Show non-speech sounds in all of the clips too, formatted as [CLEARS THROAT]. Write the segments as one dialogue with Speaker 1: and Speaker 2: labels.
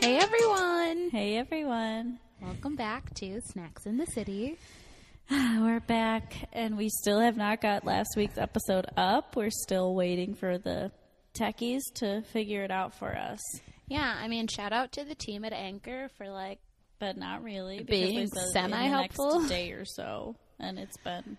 Speaker 1: Hey everyone!
Speaker 2: Hey everyone. [SIGHS]
Speaker 1: Welcome back to Snacks in the City.
Speaker 2: We're back and we still have not got last week's episode up. We're still waiting for the techies to figure it out for us.
Speaker 1: Yeah, I mean, shout out to the team at Anchor for like,
Speaker 2: But not really. because
Speaker 1: Being
Speaker 2: they said in the
Speaker 1: semi-helpful.
Speaker 2: next day or so. And it's been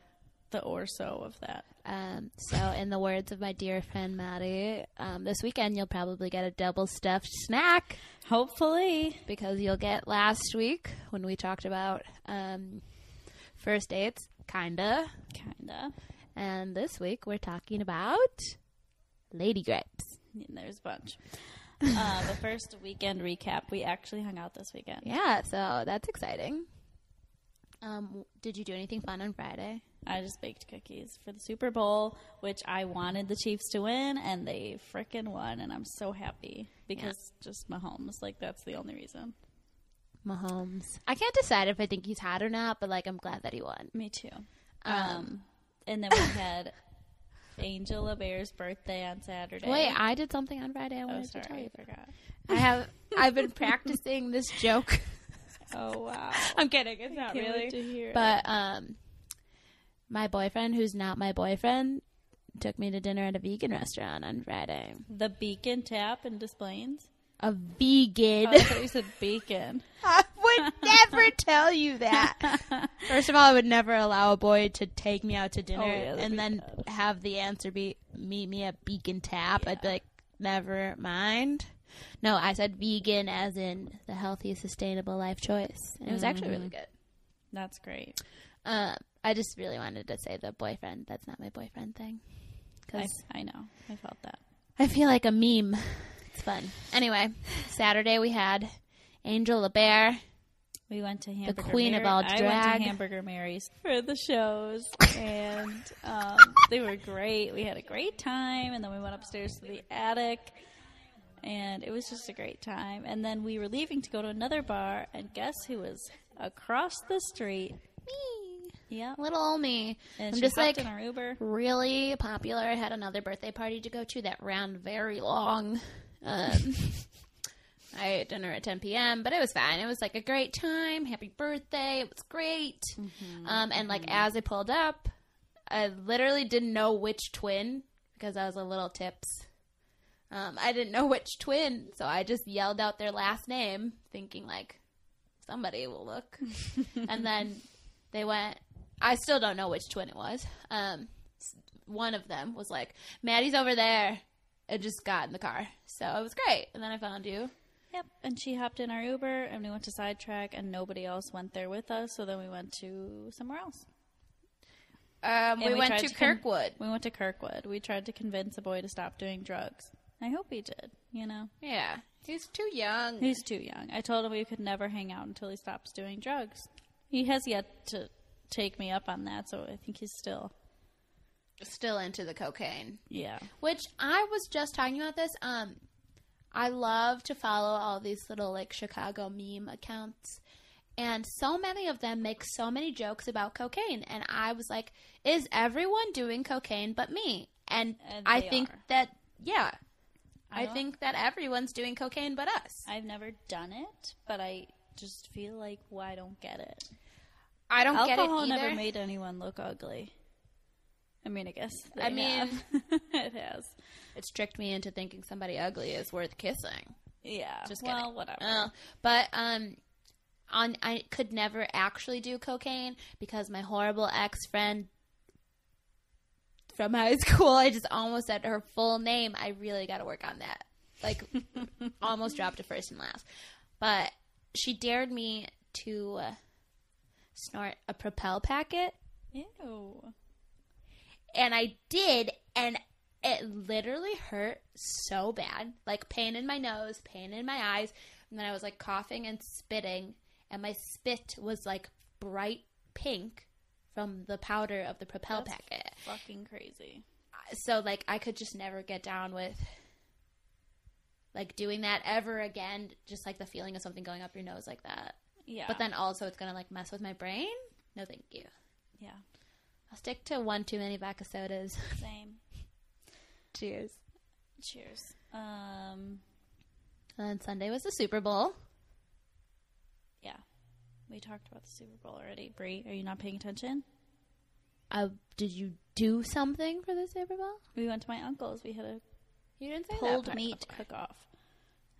Speaker 2: the or so of that.
Speaker 1: um, so in the words of my dear friend Maddie, um, this weekend you'll probably get a double stuffed snack
Speaker 2: Hopefully.
Speaker 1: because you'll get last week when we talked about um, first dates, kinda.
Speaker 2: Kinda.
Speaker 1: And this week we're talking about lady grapes.
Speaker 2: And there's a bunch. Uh, the first weekend recap. We actually hung out this weekend.
Speaker 1: Yeah, so that's exciting. Um, did you do anything fun on Friday?
Speaker 2: I just baked cookies for the Super Bowl, which I wanted the Chiefs to win, and they frickin' won, and I'm so happy because just Mahomes, like that's the only reason.
Speaker 1: Mahomes. I can't decide if I think he's hot or not, but like I'm glad that he won.
Speaker 2: Me too. Um, and then we had Angela Bear's birthday on Saturday.
Speaker 1: Wait, I did something on Friday. I
Speaker 2: oh
Speaker 1: wanted to tell
Speaker 2: sorry,
Speaker 1: you.
Speaker 2: I [LAUGHS] forgot.
Speaker 1: I have. I've been practicing this joke.
Speaker 2: Oh [LAUGHS] wow,
Speaker 1: [LAUGHS] I'm kidding. It's not
Speaker 2: Can't wait to hear it.
Speaker 1: But um, my boyfriend, who's not my boyfriend, took me to dinner at a vegan restaurant on Friday.
Speaker 2: the Beacon Tap and [LAUGHS] Displays.
Speaker 1: A vegan.
Speaker 2: Oh, I thought you said Beacon.
Speaker 1: I [LAUGHS] would never tell you [LAUGHS] that. First of all, I would never allow a boy to take me out to dinner
Speaker 2: Oh, yeah, that'd
Speaker 1: and
Speaker 2: be
Speaker 1: then have the answer be meet me at Beacon Tap. I'd be like, never mind. No, I said vegan as in the healthy, sustainable life choice. And it was actually really good.
Speaker 2: That's great.
Speaker 1: Um, I just really wanted to say the boyfriend. That's not my boyfriend thing.
Speaker 2: I,
Speaker 1: Because
Speaker 2: I know. I felt that.
Speaker 1: I feel like a meme. It's fun. Anyway, Saturday we had Angel LeBear.
Speaker 2: We went to Hamburger
Speaker 1: queen
Speaker 2: Mary-
Speaker 1: of all
Speaker 2: I went
Speaker 1: drag.
Speaker 2: to Hamburger Mary's for the shows, and um, they were great. We had a great time, and then we went upstairs to the attic, and it was just a great time. And then we were leaving to go to another bar, and guess who was across the street?
Speaker 1: Me.
Speaker 2: Yeah,
Speaker 1: Little old me.
Speaker 2: and
Speaker 1: I'm
Speaker 2: she
Speaker 1: just like
Speaker 2: hopped in our Uber.
Speaker 1: really popular. I had another birthday party to go to that ran very long. Um, I ate dinner at 10 p.m., but it was fine. It was like a great time. Happy birthday. It was great. Um, and like as I pulled up, I literally didn't know which twin because I was a little tips. Um, I didn't know which twin, so I just yelled out their last name, thinking like somebody will look. and then they went. I still don't know which twin it was. Um, s- one of them was like, "Maddie's over there," and just got in the car. So it was great. And then I found you.
Speaker 2: Yep, and she hopped in our Uber, and we went to Sidetrack, and nobody else went there with us. So then we went to somewhere else.
Speaker 1: Um, we,
Speaker 2: And
Speaker 1: went
Speaker 2: tried
Speaker 1: to,
Speaker 2: con-
Speaker 1: Kirkwood.
Speaker 2: we went to Kirkwood. We tried to convince a boy to stop doing drugs. I hope he did. You know,
Speaker 1: yeah, he's too young.
Speaker 2: he's too young. I told him we could never hang out until he stops doing drugs. He has yet to take me up on that, so I think he's still.
Speaker 1: Still into the cocaine.
Speaker 2: Yeah,
Speaker 1: Which I was just talking about this. Um, I love to follow all these little like Chicago meme accounts, and so many of them make so many jokes about cocaine. And I was like, "Is everyone doing cocaine but me?" And,
Speaker 2: And
Speaker 1: I
Speaker 2: they
Speaker 1: think
Speaker 2: are.
Speaker 1: that yeah,
Speaker 2: I
Speaker 1: I,
Speaker 2: don't-
Speaker 1: think that everyone's doing cocaine but us.
Speaker 2: I've never done it, but I just feel like, well, I don't get it.
Speaker 1: I don't
Speaker 2: Alcohol
Speaker 1: get it either.
Speaker 2: never made anyone look ugly. I mean, I guess. They
Speaker 1: I mean- [LAUGHS]
Speaker 2: have. it has.
Speaker 1: it's tricked me into thinking somebody ugly is worth kissing.
Speaker 2: Yeah.
Speaker 1: Just
Speaker 2: well,
Speaker 1: kidding.
Speaker 2: whatever.
Speaker 1: Oh, but um, on I could never actually do cocaine because my horrible ex friend from high [LAUGHS] school. I just almost said her full name. I really got to work on that. Like, almost dropped a first and last. But she dared me to uh, snort a Propel packet,
Speaker 2: Ew.
Speaker 1: and I did, and it literally hurt so bad like pain in my nose, pain in my eyes. And then I was like coughing and spitting, and my spit was like bright pink from the powder of the Propel
Speaker 2: That's
Speaker 1: packet.
Speaker 2: Fucking crazy.
Speaker 1: So, like, I could just never get down with like doing that ever again, just like the feeling of something going up your nose like that.
Speaker 2: Yeah.
Speaker 1: But then also, it's gonna like mess with my brain. No, thank you.
Speaker 2: Yeah.
Speaker 1: I'll stick to one too many vodka sodas. [LAUGHS]
Speaker 2: Same.
Speaker 1: Cheers.
Speaker 2: Cheers. Um,
Speaker 1: And then Sunday was the Super Bowl.
Speaker 2: Yeah. We talked about the Super Bowl already. Brie, are you not paying attention?
Speaker 1: Uh, did you do something for the Super Bowl?
Speaker 2: We went to my uncle's. We had a
Speaker 1: You didn't say that
Speaker 2: pulled
Speaker 1: part
Speaker 2: meat
Speaker 1: before.
Speaker 2: cook off.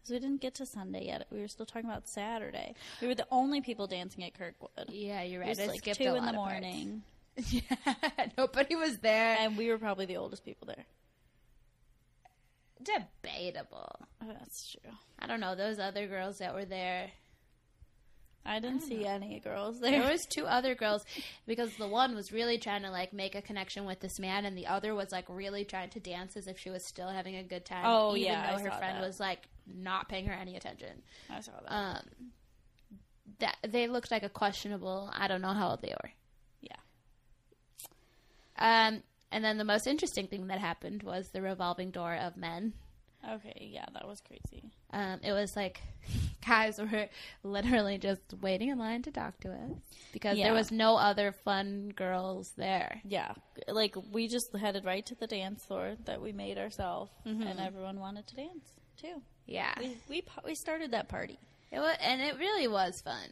Speaker 2: So we didn't get to Sunday yet. We were still talking about Saturday. We were the only people dancing at Kirkwood.
Speaker 1: Yeah, you're
Speaker 2: It
Speaker 1: right.
Speaker 2: was
Speaker 1: I
Speaker 2: like
Speaker 1: skipped
Speaker 2: two
Speaker 1: a
Speaker 2: in
Speaker 1: lot
Speaker 2: the
Speaker 1: of parts.
Speaker 2: morning,
Speaker 1: [LAUGHS] Yeah, nobody was there.
Speaker 2: and we were probably the oldest people there.
Speaker 1: Debatable.
Speaker 2: Oh, that's true.
Speaker 1: I don't know those other girls that were there.
Speaker 2: I didn't see any girls there.
Speaker 1: There [LAUGHS] was two other girls because the one was really trying to like make a connection with this man, and the other was like really trying to dance as if she was still having a good time.
Speaker 2: Oh,
Speaker 1: even
Speaker 2: yeah,
Speaker 1: though
Speaker 2: I
Speaker 1: her
Speaker 2: saw
Speaker 1: friend
Speaker 2: that.
Speaker 1: was like not paying her any attention.
Speaker 2: [LAUGHS] I saw that.
Speaker 1: Um, that they looked like a questionable. I don't know how old they were.
Speaker 2: yeah.
Speaker 1: Um, and then the most interesting thing that happened was the revolving door of men.
Speaker 2: Okay. Yeah, that was crazy.
Speaker 1: Um, it was like [LAUGHS] guys were literally just waiting in line to talk to us because
Speaker 2: Yeah.
Speaker 1: there was no other fun girls there.
Speaker 2: Yeah, like we just headed right to the dance floor that we made ourselves, and everyone wanted to dance too.
Speaker 1: Yeah,
Speaker 2: We we pa- we started that party.
Speaker 1: it was, and it really was fun.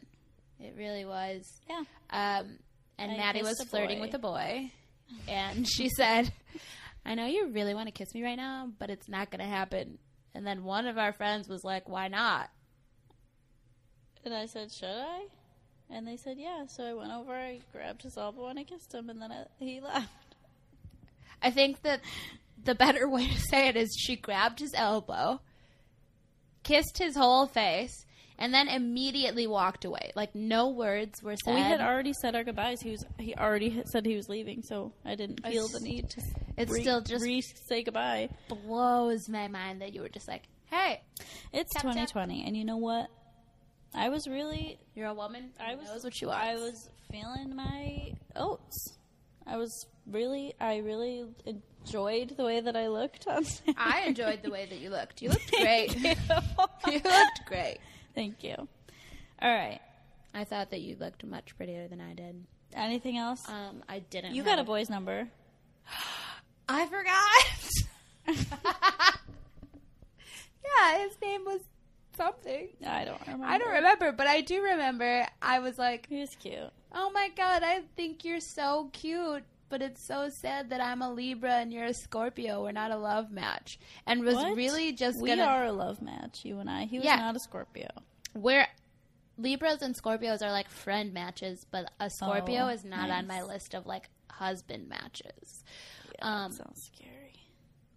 Speaker 1: It really was.
Speaker 2: Yeah.
Speaker 1: Um, and
Speaker 2: I
Speaker 1: Maddie
Speaker 2: kissed
Speaker 1: was
Speaker 2: a
Speaker 1: flirting
Speaker 2: boy.
Speaker 1: with a boy, and she [LAUGHS] said, "I know you really want to kiss me right now, but it's not going to happen." And then one of our friends was like, "Why not?"
Speaker 2: And I said, "Should I?" And they said, "Yeah." So I went over, I grabbed his elbow, and I kissed him, and then I, he left.
Speaker 1: I think that the better way to say it is she grabbed his elbow, kissed his whole face, and then immediately walked away. Like no words were said.
Speaker 2: we had already said our goodbyes. He was he already had said he was leaving, so I didn't
Speaker 1: I
Speaker 2: feel
Speaker 1: s-
Speaker 2: the need to.
Speaker 1: it still just
Speaker 2: re say goodbye.
Speaker 1: blows my mind that you were just like, "Hey,
Speaker 2: It's
Speaker 1: Tap, tap.
Speaker 2: 2020, and you know what? I was really
Speaker 1: you're a woman.
Speaker 2: I
Speaker 1: who
Speaker 2: was
Speaker 1: knows what you
Speaker 2: I
Speaker 1: are."
Speaker 2: was feeling my oats. I was really, I really enjoyed the way that I looked on. [LAUGHS] Saturday.
Speaker 1: I enjoyed the way that you looked. You [LAUGHS] looked great.
Speaker 2: Thank you.
Speaker 1: you
Speaker 2: [LAUGHS]
Speaker 1: looked great.
Speaker 2: Thank you. All right.
Speaker 1: I thought that you looked much prettier than I did.
Speaker 2: Anything else?
Speaker 1: Um, I didn't.
Speaker 2: you got a
Speaker 1: have-
Speaker 2: boy's number.
Speaker 1: I forgot. [LAUGHS] yeah, his name was something.
Speaker 2: I don't remember.
Speaker 1: I don't remember, but I do remember I was like,
Speaker 2: He was cute.
Speaker 1: "Oh my god, I think you're so cute." But it's so sad that I'm a Libra and you're a Scorpio. We're not a love match. And was
Speaker 2: What?
Speaker 1: really just
Speaker 2: we
Speaker 1: gonna
Speaker 2: are a love match, you and I. He was
Speaker 1: Yeah.
Speaker 2: not a Scorpio.
Speaker 1: we're Libras and Scorpios are like friend matches, but a Scorpio
Speaker 2: Oh,
Speaker 1: is not on my
Speaker 2: nice.
Speaker 1: list of like husband matches.
Speaker 2: Yeah,
Speaker 1: Um,
Speaker 2: that sounds scary.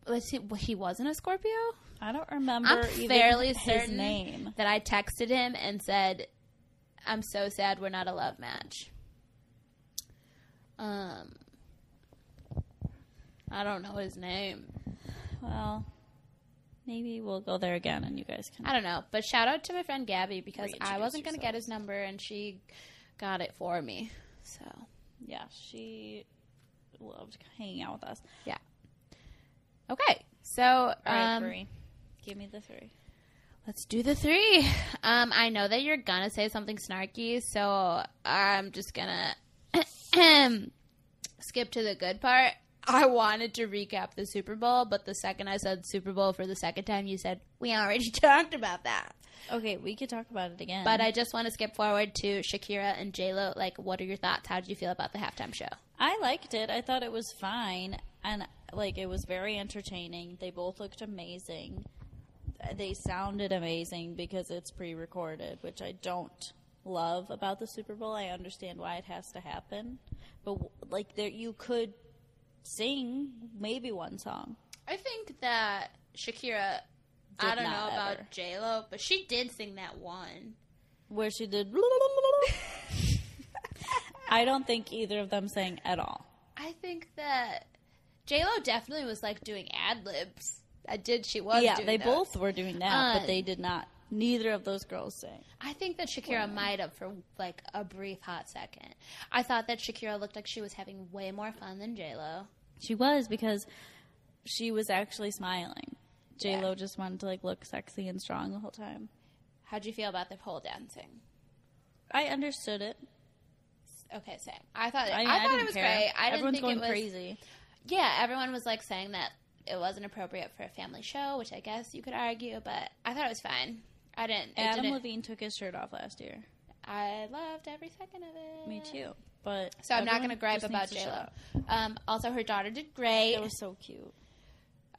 Speaker 1: Let's see, well, he wasn't a Scorpio.
Speaker 2: I don't remember.
Speaker 1: I'm
Speaker 2: even
Speaker 1: fairly
Speaker 2: his
Speaker 1: certain
Speaker 2: name.
Speaker 1: that I texted him and said, "I'm so sad we're not a love match." Um, I don't know his name.
Speaker 2: Well, maybe we'll go there again, and you guys can.
Speaker 1: I don't know, but shout out to my friend Gabby because I
Speaker 2: Reintroduce
Speaker 1: wasn't going to get his number and she got it for me. So
Speaker 2: Yeah, she loved hanging out with us.
Speaker 1: yeah. Okay, so
Speaker 2: All right,
Speaker 1: um,
Speaker 2: Bree, give me the three.
Speaker 1: Let's do the three. [LAUGHS] Um, I know that you're gonna say something snarky, so I'm just gonna [CLEARS THROAT] skip to the good part. I wanted to recap the Super Bowl, but the second I said Super Bowl for the second time, you said we already [LAUGHS] talked about that.
Speaker 2: Okay, we could talk about it again.
Speaker 1: But I just want to skip forward to Shakira and J Lo. Like, what are your thoughts? How did you feel about the halftime show?
Speaker 2: I liked it. I thought it was fine, and like it was very entertaining. They both looked amazing. They sounded amazing because it's pre-recorded, which I don't love about the Super Bowl. I understand why it has to happen, but like there, you could sing maybe one song.
Speaker 1: I think that Shakira. I
Speaker 2: Did
Speaker 1: don't know
Speaker 2: not ever.
Speaker 1: about J Lo, but she did sing that one.
Speaker 2: where she
Speaker 1: [LAUGHS]
Speaker 2: did. I don't think either of them sang at all.
Speaker 1: I think that J Lo definitely was like doing ad libs. I did. She was.
Speaker 2: yeah,
Speaker 1: doing
Speaker 2: they
Speaker 1: those.
Speaker 2: both were doing that,
Speaker 1: Uh,
Speaker 2: but they did not. Neither of those girls sang.
Speaker 1: I think that Shakira might have for like a brief hot second. I thought that Shakira looked like she was having way more fun than J Lo.
Speaker 2: She was because she was actually smiling. J Lo just wanted to like look sexy and strong the whole time.
Speaker 1: How'd you feel about the pole dancing?
Speaker 2: I understood it.
Speaker 1: Okay, same. I thought. I,
Speaker 2: I, mean,
Speaker 1: thought
Speaker 2: didn't
Speaker 1: it was
Speaker 2: care.
Speaker 1: great. I didn't
Speaker 2: Everyone's
Speaker 1: think
Speaker 2: going
Speaker 1: it was.
Speaker 2: crazy.
Speaker 1: Yeah, everyone was like saying that it wasn't appropriate for a family show, which I guess you could argue, but I thought it was fine. I didn't. it
Speaker 2: Adam
Speaker 1: didn't-
Speaker 2: Levine took his shirt off last year.
Speaker 1: I loved every second of it.
Speaker 2: Me too. But
Speaker 1: Mm. So I'm not going
Speaker 2: everyone
Speaker 1: to gripe
Speaker 2: just
Speaker 1: about
Speaker 2: needs to
Speaker 1: J
Speaker 2: shut
Speaker 1: Lo.
Speaker 2: up.
Speaker 1: Um, also, her daughter did great.
Speaker 2: It was so cute.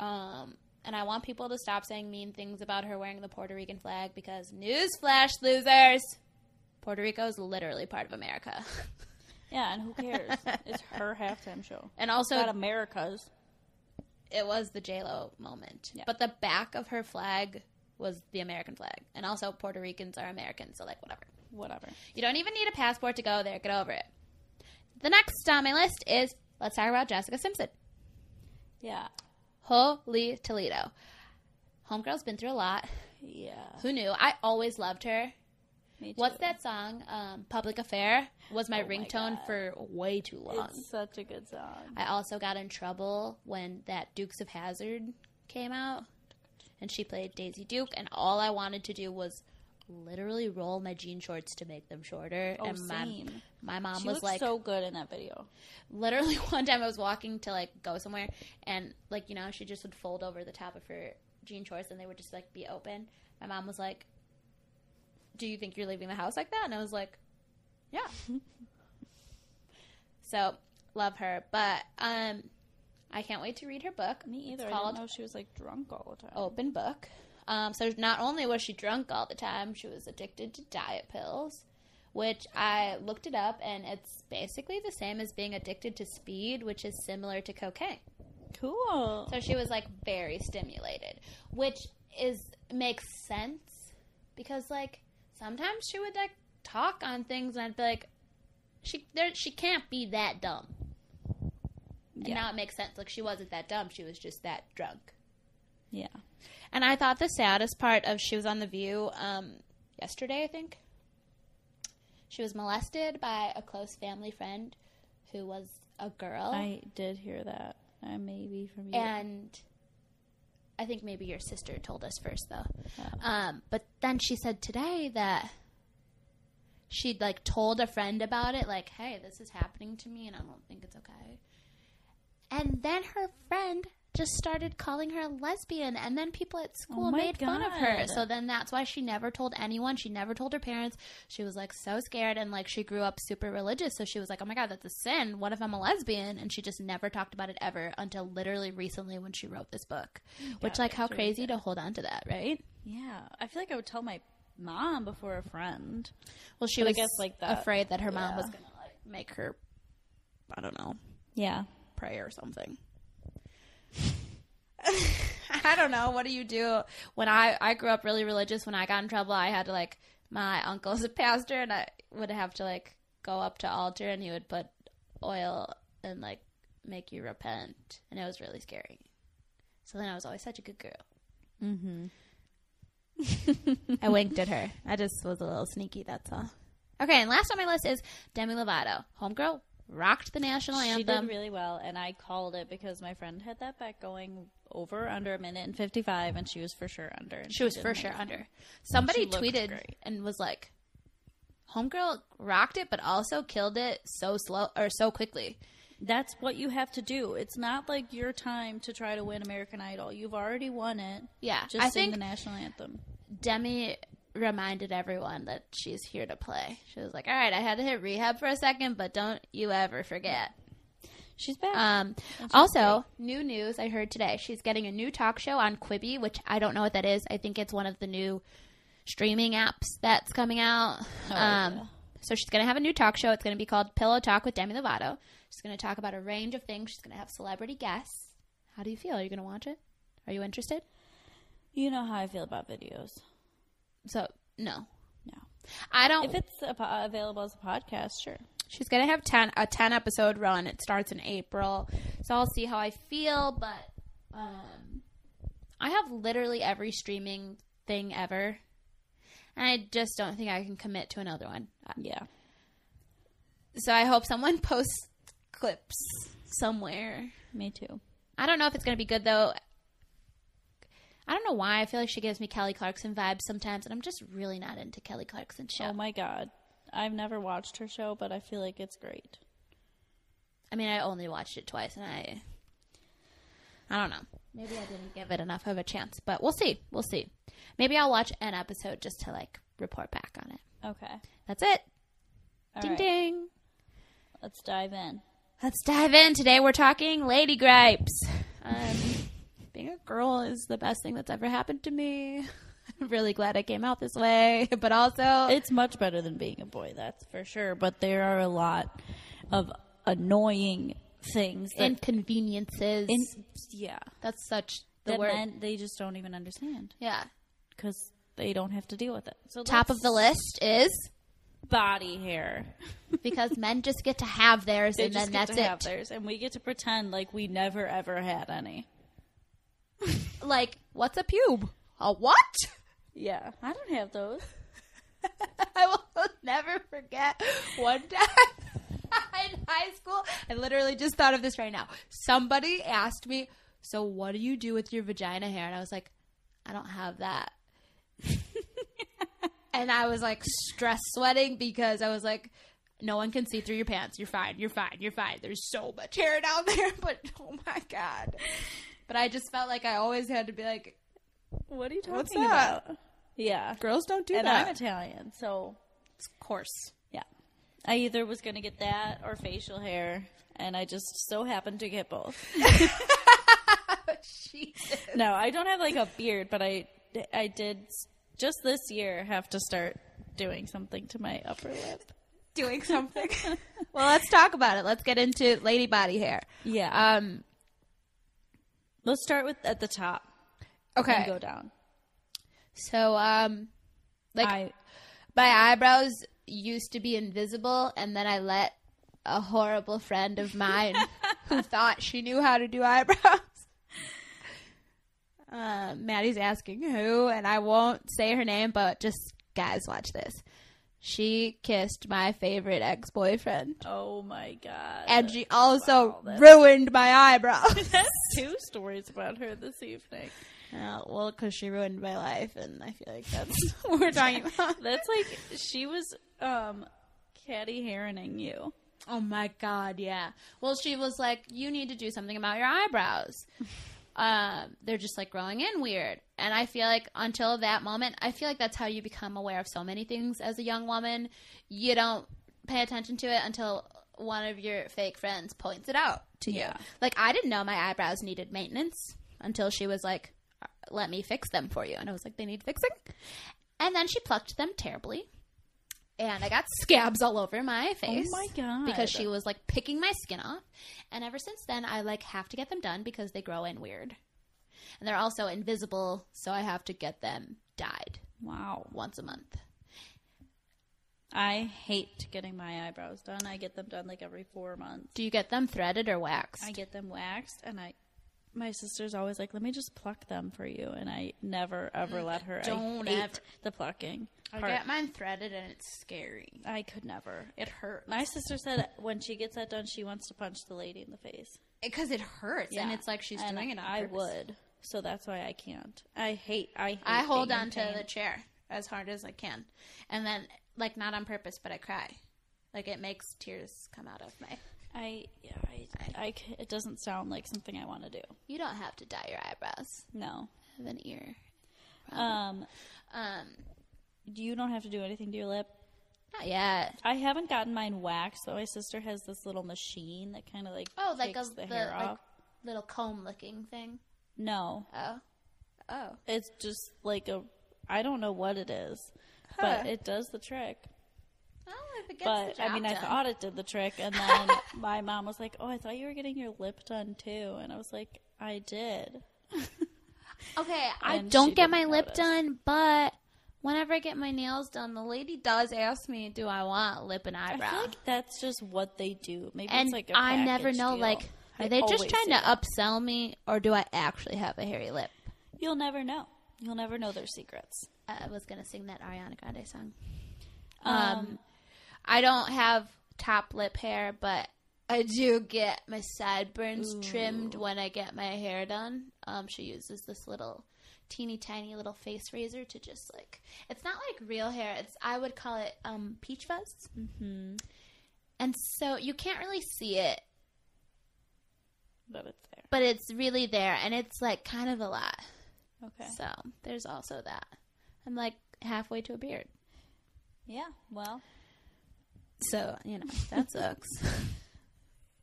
Speaker 1: Um, and I want people to stop saying mean things about her wearing the Puerto Rican flag because newsflash, losers, Puerto Rico is literally part of America. [LAUGHS]
Speaker 2: Yeah, and who cares? it's her halftime show.
Speaker 1: And also,
Speaker 2: Not America's.
Speaker 1: it was the J Lo moment,
Speaker 2: Yeah.
Speaker 1: but the back of her flag was the American flag, and also Puerto Ricans are Americans, so like whatever.
Speaker 2: Whatever.
Speaker 1: You don't even need a passport to go there. Get over it. The next on my list is let's talk about Jessica Simpson.
Speaker 2: Yeah.
Speaker 1: Holy Toledo. Homegirl's been through a lot.
Speaker 2: Yeah.
Speaker 1: Who knew? I always loved her.
Speaker 2: Me too.
Speaker 1: What's that song? Um, Public Affair was my
Speaker 2: Oh my
Speaker 1: ringtone
Speaker 2: God.
Speaker 1: for way too long.
Speaker 2: It's such a good song.
Speaker 1: I also got in trouble when that Dukes of Hazard came out, and she played Daisy Duke, and all I wanted to do was literally roll my jean shorts to make them shorter.
Speaker 2: Oh,
Speaker 1: and my
Speaker 2: same.
Speaker 1: my mom
Speaker 2: She
Speaker 1: was
Speaker 2: looks
Speaker 1: like,
Speaker 2: so good in that video.
Speaker 1: literally [LAUGHS] one time I was walking to like go somewhere, and like you know she just would fold over the top of her jean shorts, and they would just like be open. My mom was like, "Do you think you're leaving the house like that?" And I was like,
Speaker 2: [LAUGHS]
Speaker 1: "Yeah." so love her, but um, I can't wait to read her book.
Speaker 2: Me either.
Speaker 1: It's
Speaker 2: I
Speaker 1: called
Speaker 2: didn't know she was like drunk all the time.
Speaker 1: Open Book. Um, so not only was she drunk all the time, she was addicted to diet pills. Which I looked it up, and it's basically the same as being addicted to speed, which is similar to cocaine.
Speaker 2: cool.
Speaker 1: So she was like very stimulated, which is makes sense because like sometimes she would like talk on things and I'd be like, she there she can't be that dumb. And
Speaker 2: Yeah.
Speaker 1: now it makes sense. Like she wasn't that dumb; she was just that drunk.
Speaker 2: yeah.
Speaker 1: And I thought the saddest part of she was on the View um, yesterday, I think. She was molested by a close family friend, who was a girl,
Speaker 2: I did hear that. Uh, maybe from you.
Speaker 1: and I think maybe your sister told us first though. Um, but then she said today that she'd like told a friend about it, like, "Hey, this is happening to me, and I don't think it's okay." And then her friend just started calling her a lesbian, and then people at school
Speaker 2: Oh my
Speaker 1: made fun of her.
Speaker 2: God.
Speaker 1: So then that's why she never told anyone. She never told her parents. She was like so scared, and like she grew up super religious, so she was like, "Oh my god, that's a sin. What if I'm a lesbian?" And she just never talked about it ever until literally recently when she wrote this book. Which,
Speaker 2: God,
Speaker 1: like, how
Speaker 2: that's really
Speaker 1: crazy to hold on to that, right?
Speaker 2: yeah. I feel like I would tell my mom before a friend.
Speaker 1: Well, she
Speaker 2: But I
Speaker 1: was
Speaker 2: guess, like, that-
Speaker 1: afraid that her mom
Speaker 2: yeah.
Speaker 1: was gonna like make her, I don't know,
Speaker 2: Yeah.
Speaker 1: pray or something. [LAUGHS] I don't know. What do you do when I I grew up really religious? When I got in trouble, I had to like my uncle's a pastor, and I would have to like go up to altar, and he would put oil and like make you repent, and it was really scary. So then I was always such a good girl. [LAUGHS]
Speaker 2: Mm-hmm.
Speaker 1: I winked at her. I just was a little sneaky, that's all. Okay, and last on my list is Demi Lovato. Homegirl rocked the national
Speaker 2: She
Speaker 1: anthem.
Speaker 2: did really well, and I called it because my friend had that back going over under a minute and fifty-five, and she was for sure under. and
Speaker 1: she was
Speaker 2: did
Speaker 1: for sure
Speaker 2: amazing.
Speaker 1: under. Somebody
Speaker 2: She looked
Speaker 1: tweeted
Speaker 2: great.
Speaker 1: and was like, Homegirl rocked it, but also killed it so slow or so quickly.
Speaker 2: That's what you have to do. It's not like your time to try to win American Idol. You've already won it.
Speaker 1: Yeah,
Speaker 2: Just
Speaker 1: I
Speaker 2: sing
Speaker 1: think-
Speaker 2: the national anthem.
Speaker 1: Demi reminded everyone that she's here to play. She was like, All right, I had to hit rehab for a second, but don't you ever forget.
Speaker 2: She's back.
Speaker 1: Um, also, new news I heard today. She's getting a new talk show on Quibi, which I don't know what that is. I think it's one of the new streaming apps that's coming out.
Speaker 2: No
Speaker 1: um,
Speaker 2: idea.
Speaker 1: so she's going to have a new talk show. It's going to be called Pillow Talk with Demi Lovato. She's going to talk about a range of things. She's going to have celebrity guests. How do you feel? Are you going to watch it? Are you interested?
Speaker 2: you know how I feel about videos.
Speaker 1: So, no.
Speaker 2: No.
Speaker 1: I don't.
Speaker 2: If it's a po- available as a podcast, sure.
Speaker 1: She's gonna have ten a ten episode run. It starts in April, so I'll see how I feel. But um, I have literally every streaming thing ever, and I just don't think I can commit to another one. Uh,
Speaker 2: Yeah.
Speaker 1: So I hope someone [LAUGHS] posts clips somewhere.
Speaker 2: Me too.
Speaker 1: I don't know if it's gonna be good though. I don't know why. I feel like she gives me Kelly Clarkson vibes sometimes, and I'm just really not into Kelly Clarkson show.
Speaker 2: Oh my god. I've never watched her show, but I feel like it's great.
Speaker 1: I mean, I only watched it twice, and I, I don't know. Maybe I didn't give it enough of a chance, but we'll see. We'll see. Maybe I'll watch an episode just to like report back on it.
Speaker 2: Okay.
Speaker 1: That's it.
Speaker 2: All
Speaker 1: ding
Speaker 2: right,
Speaker 1: ding.
Speaker 2: Let's dive in.
Speaker 1: Let's dive in. Today we're talking lady gripes. Um, being a girl is the best thing that's ever happened to me. [LAUGHS] I'm really glad I came out this way, [LAUGHS] but also
Speaker 2: It's much better than being a boy, that's for sure. But there are a lot of annoying things. That,
Speaker 1: inconveniences.
Speaker 2: in- yeah.
Speaker 1: that's such the
Speaker 2: that
Speaker 1: word.
Speaker 2: men, they just don't even understand
Speaker 1: yeah.
Speaker 2: because they don't have to deal with it. So
Speaker 1: Top of the
Speaker 2: let's-
Speaker 1: list is
Speaker 2: body hair.
Speaker 1: because men just get to have theirs
Speaker 2: They
Speaker 1: and then
Speaker 2: just get
Speaker 1: that's
Speaker 2: to have
Speaker 1: it.
Speaker 2: theirs, and we get to pretend like we never ever had any.
Speaker 1: Like, what's a pube? A what?
Speaker 2: Yeah, I don't have those.
Speaker 1: [LAUGHS] I will never forget one time [LAUGHS] in high school. I literally just thought of this right now. Somebody asked me, So, what do you do with your vagina hair? And I was like, I don't have that. [LAUGHS] and I was like stress sweating because I was like, no one can see through your pants. You're fine. You're fine. You're fine. There's so much hair down [LAUGHS] there, but oh my god. But I just felt like I always had to be like,
Speaker 2: What are you talking
Speaker 1: What's that?
Speaker 2: about? Yeah,
Speaker 1: girls don't do
Speaker 2: and
Speaker 1: that.
Speaker 2: I'm Italian, so
Speaker 1: it's coarse.
Speaker 2: yeah. I either was going to get that or facial hair, and I just so happened to get both. [LAUGHS]
Speaker 1: Jesus.
Speaker 2: No, I don't have like a beard, but I I did s- just this year have to start doing something to my upper lip.
Speaker 1: [LAUGHS] doing something. well, let's talk about it. Letlet's get into lady body hair.
Speaker 2: Yeah.
Speaker 1: Um,
Speaker 2: Let's start with at the top and go
Speaker 1: okay.
Speaker 2: down.
Speaker 1: So, um, like
Speaker 2: I
Speaker 1: my eyebrows used to be invisible, and then I let a horrible friend of [LAUGHS] mine who thought she knew how to do eyebrows. [LAUGHS] Uh, Maddie's asking who, and I won't say her name, but just guys, watch this. She kissed my favorite ex boyfriend,
Speaker 2: oh my god. [LAUGHS]
Speaker 1: and she also
Speaker 2: Wow, that's-
Speaker 1: ruined my eyebrows.
Speaker 2: That's two stories about her this evening.
Speaker 1: Uh, well, because she ruined my life, and I feel like that's [LAUGHS] what we're talking about.
Speaker 2: That's like she was um catty herring you.
Speaker 1: oh my god, yeah. Well, she was like, "You need to do something about your
Speaker 2: [LAUGHS]
Speaker 1: eyebrows. um, they're just like growing in weird." And I feel like until that moment, I feel like that's how you become aware of so many things as a young woman. You don't pay attention to it until one of your fake friends points it out to
Speaker 2: Yeah.
Speaker 1: you. Like I didn't know my eyebrows needed maintenance until she was like, "Uh, "Let me fix them for you," and I was like, "They need fixing." And then she plucked them terribly. And I got scabs all over Oh my face.
Speaker 2: Oh my God.
Speaker 1: Because she was like picking my skin off. And ever since then I like have to get them done because they grow in weird. And they're also invisible, so I have to get them dyed
Speaker 2: Wow.
Speaker 1: once a month.
Speaker 2: I hate getting my eyebrows done. I get them done like every four months.
Speaker 1: Do you get them threaded or waxed?
Speaker 2: I get them waxed and I my sister's always like, Let me just pluck them for you and I never [GASPS] ever let her
Speaker 1: Don't
Speaker 2: I hate
Speaker 1: ever.
Speaker 2: the plucking.
Speaker 1: I
Speaker 2: part.
Speaker 1: get mine threaded and it's scary.
Speaker 2: I could never.
Speaker 1: It hurts.
Speaker 2: My sister said when she gets that done, she wants to punch the lady in the face.
Speaker 1: Because it hurts. And
Speaker 2: Yeah.
Speaker 1: it's like she's
Speaker 2: And
Speaker 1: doing it on
Speaker 2: I
Speaker 1: purpose.
Speaker 2: would. So that's why I can't. I hate. I hate
Speaker 1: I hold
Speaker 2: being in
Speaker 1: on to
Speaker 2: pain.
Speaker 1: the chair as hard as I can. And then, like, not on purpose, but I cry. Like, it makes tears come out of my.
Speaker 2: I, yeah, I, I c- it doesn't sound like something I want to do.
Speaker 1: You don't have to dye your eyebrows.
Speaker 2: No.
Speaker 1: I have an ear.
Speaker 2: Um,
Speaker 1: Um,
Speaker 2: you don't have to do anything to your lip.
Speaker 1: not yet.
Speaker 2: I haven't gotten mine waxed, but my sister has this little machine that kind of like
Speaker 1: Oh, like
Speaker 2: takes
Speaker 1: a
Speaker 2: the
Speaker 1: the,
Speaker 2: hair
Speaker 1: like,
Speaker 2: off.
Speaker 1: little comb looking thing.
Speaker 2: No,
Speaker 1: Oh. Oh.
Speaker 2: it's just like a. I don't know what it is,
Speaker 1: Huh.
Speaker 2: but it does the trick.
Speaker 1: Oh, if it gets
Speaker 2: But
Speaker 1: the
Speaker 2: I
Speaker 1: job
Speaker 2: mean, I
Speaker 1: done.
Speaker 2: thought it did the trick, and
Speaker 1: [LAUGHS]
Speaker 2: then my mom was like, "Oh, I thought you were getting your lip done too," and I was like, "I did."
Speaker 1: Okay, I
Speaker 2: and she
Speaker 1: don't get
Speaker 2: didn't
Speaker 1: my lip
Speaker 2: notice.
Speaker 1: done, but whenever I get my nails done, the lady does ask me, "Do I want lip and
Speaker 2: I
Speaker 1: eyebrow?"
Speaker 2: feel like that's just what they do. Maybe
Speaker 1: and
Speaker 2: it's like a
Speaker 1: I never
Speaker 2: package
Speaker 1: know.
Speaker 2: deal.
Speaker 1: Like, are they just
Speaker 2: always
Speaker 1: trying
Speaker 2: do
Speaker 1: to
Speaker 2: that.
Speaker 1: upsell me, or do I actually have a hairy lip?
Speaker 2: You'll never know. You'll never know their secrets.
Speaker 1: I was gonna sing that Ariana Grande song. Um, I don't have top lip hair, but I do get my sideburns trimmed when I get my hair done. Um, she uses this little teeny tiny little face razor to just like it's not like real hair. It's I would call it um peach fuzz. Mm-hmm. And so you can't really see it
Speaker 2: but it's there.
Speaker 1: but it's really there and it's like kind of a lot.
Speaker 2: Okay.
Speaker 1: So there's also that. I'm like halfway to a beard.
Speaker 2: Yeah. Well.
Speaker 1: So, you know, that sucks.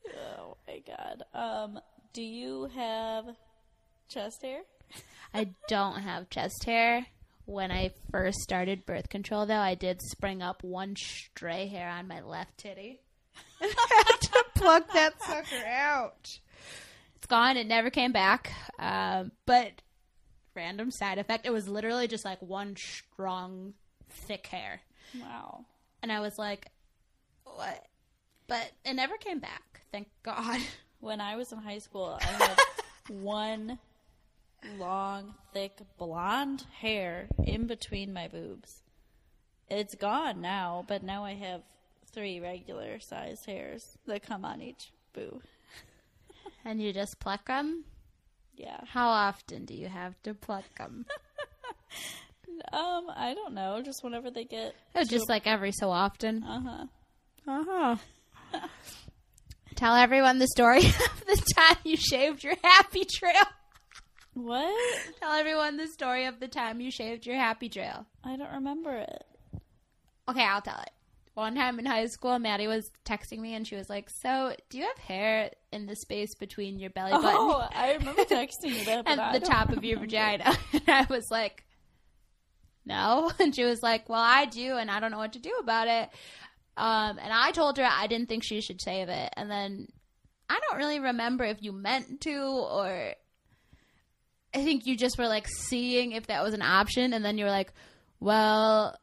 Speaker 2: Oh my god. Um. Do you have chest hair?
Speaker 1: I don't have chest hair. When I first started birth control, though, I did spring up one stray hair on my left titty. [LAUGHS] I had to pluck that sucker out. It's gone. It never came back. Um, but random side effect. It was literally just like one strong, thick hair.
Speaker 2: Wow.
Speaker 1: And I was like, what? But it never came back. Thank God. [LAUGHS]
Speaker 2: When I was in high school, I had one long, thick blonde hair in between my boobs. It's gone now, but now I have three regular sized hairs that come on each boob.
Speaker 1: And you just pluck them?
Speaker 2: Yeah.
Speaker 1: How often do you have to pluck them?
Speaker 2: Um, I don't know. Just whenever they get
Speaker 1: Oh, [LAUGHS] just like every so often.
Speaker 2: uh huh.
Speaker 1: Uh huh. [LAUGHS] Tell everyone the story [LAUGHS] of the time you shaved your happy trail. [LAUGHS]
Speaker 2: What?
Speaker 1: Tell everyone the story of the time you shaved your happy trail.
Speaker 2: I don't remember it.
Speaker 1: Okay, I'll tell it. One time in high school, Maddie was texting me and she was like, So, do you have hair in the space between your belly button
Speaker 2: Oh, I remember texting you that. But
Speaker 1: and
Speaker 2: I
Speaker 1: the
Speaker 2: don't
Speaker 1: top of your vagina? [LAUGHS] And I was like, No. [LAUGHS] And she was like, Well, I do, and I don't know what to do about it. Um, and I told her I didn't think she should shave it. And then I don't really remember if you meant to or I think you just were like seeing if that was an option. And then you were like, Well,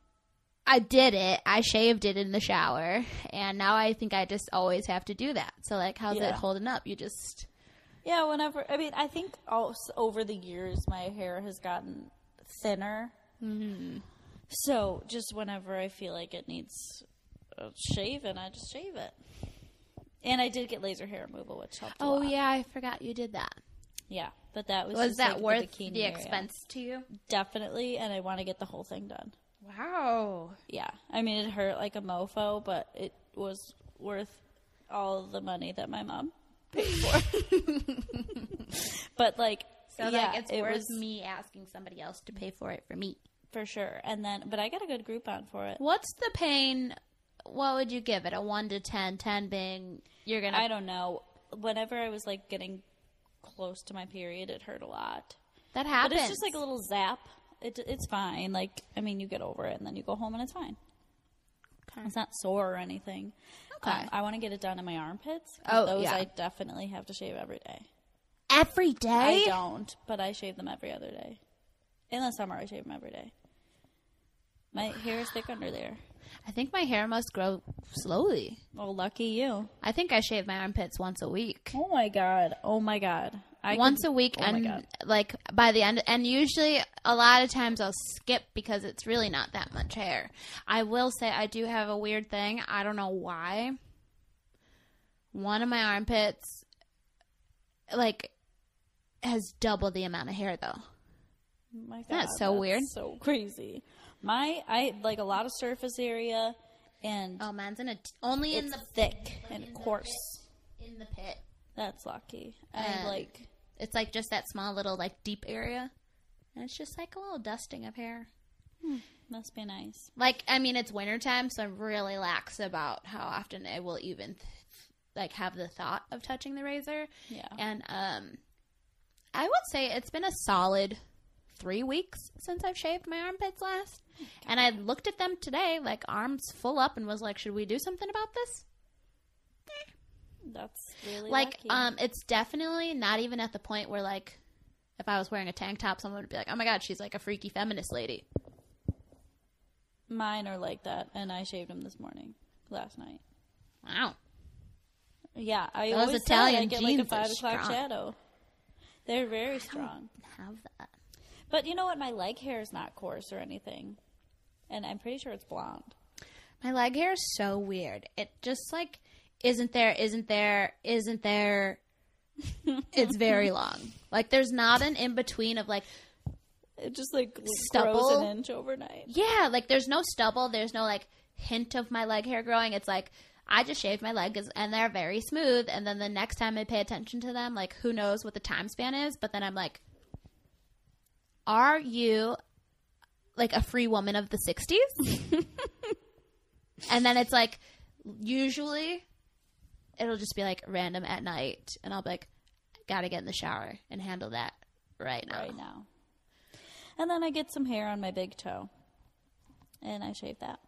Speaker 1: I did it. I shaved it in the shower. And now I think I just always have to do that. So, like, how's
Speaker 2: Yeah.
Speaker 1: it holding up? You just.
Speaker 2: Yeah, whenever I mean, I think also over the years my hair has gotten thinner. Mm-hmm. So just whenever I feel like it needs a shaving, I just shave it. And I did get laser hair removal, which helped. a
Speaker 1: Oh,
Speaker 2: lot.
Speaker 1: yeah, I forgot you did that.
Speaker 2: yeah. But that was
Speaker 1: Was
Speaker 2: just,
Speaker 1: that
Speaker 2: like,
Speaker 1: worth
Speaker 2: the, bikini
Speaker 1: the
Speaker 2: area.
Speaker 1: expense to you?
Speaker 2: Definitely, and I want to get the whole thing done.
Speaker 1: Wow.
Speaker 2: Yeah, I mean it hurt like a mofo, but it was worth all the money that my mom
Speaker 1: [LAUGHS]
Speaker 2: paid for. [LAUGHS] but like,
Speaker 1: So
Speaker 2: yeah,
Speaker 1: like it's
Speaker 2: it
Speaker 1: worth
Speaker 2: was
Speaker 1: me asking somebody else to pay for it for me.
Speaker 2: for sure. And then, but I got a good Groupon for it.
Speaker 1: What's the pain? What would you give it? A 1 to 10, 10 being you're going to
Speaker 2: I don't know. Whenever I was like getting close to my period, it hurt a lot.
Speaker 1: That happens.
Speaker 2: But it's just like a little zap. It, it's fine. Like I mean, you get over it, and then you go home, and it's fine.
Speaker 1: Okay.
Speaker 2: It's not sore or anything.
Speaker 1: Okay.
Speaker 2: Um, I want to get it done in my armpits. 'cause
Speaker 1: Oh,
Speaker 2: those
Speaker 1: yeah.
Speaker 2: I definitely have to shave every day.
Speaker 1: every
Speaker 2: I
Speaker 1: day.
Speaker 2: don't, but I shave them every other day. In the summer, I shave them every day. My hair is thick under there.
Speaker 1: I think my hair must grow slowly.
Speaker 2: Well, lucky you.
Speaker 1: I think I shave my armpits once a week.
Speaker 2: Oh my god. Oh my god. I
Speaker 1: once a week
Speaker 2: oh my
Speaker 1: and
Speaker 2: God.
Speaker 1: like by the end and usually a lot of times I'll skip because it's really not that much hair. I will say I do have a weird thing. I don't know why. One of my armpits like has double the amount of hair though.
Speaker 2: could- Oh my god,
Speaker 1: that so weird?
Speaker 2: So crazy. My I like a lot of surface area, and
Speaker 1: Oh, mine's in a t- only in
Speaker 2: it's
Speaker 1: the
Speaker 2: thick and
Speaker 1: in the
Speaker 2: coarse.
Speaker 1: in the pit.
Speaker 2: That's lucky. I
Speaker 1: And-
Speaker 2: like.
Speaker 1: It's like just that small little like deep area. And it's just like a little dusting of hair.
Speaker 2: Must be nice.
Speaker 1: Like, I mean, it's wintertime, so I'm really lax about how often I will even th- like have the thought of touching the razor.
Speaker 2: Yeah.
Speaker 1: And um, I would say it's been a solid three weeks since I've shaved my armpits last. And I looked at them today, like arms full up, and was like, "Should we do something about this?"
Speaker 2: That's really
Speaker 1: like,
Speaker 2: lucky.
Speaker 1: um, it's definitely not even at the point where like. If I was wearing a tank top, someone would be like, "Oh my god, she's like a freaky feminist lady."
Speaker 2: Mine are like that, and I shaved them this morning, last night.
Speaker 1: Wow.
Speaker 2: Yeah, I
Speaker 1: Those
Speaker 2: always
Speaker 1: Italian
Speaker 2: tell you I get
Speaker 1: jeans
Speaker 2: like
Speaker 1: are
Speaker 2: a five o'clock
Speaker 1: strong.
Speaker 2: shadow. They're very strong.
Speaker 1: Have that.
Speaker 2: But you know what? My leg hair is not coarse or anything, and I'm pretty sure it's blonde.
Speaker 1: My leg hair is so weird. It just like isn't there, isn't there, isn't there. it's very long. Like there's not an in between of like
Speaker 2: It just like
Speaker 1: Stubble?
Speaker 2: grows an inch overnight.
Speaker 1: yeah, like there's no stubble, there's no like hint of my leg hair growing. It's like I just shave my legs and they're very smooth. And then the next time I pay attention to them, like who knows what the time span is, but then I'm like, are you like a free woman of the
Speaker 2: [LAUGHS]
Speaker 1: 60s? and then it's like, usually it'll just be like random at night. And I'll be like, gotta get in the shower and handle that right now.
Speaker 2: right now. And then I get some hair on my big toe, and I shave that.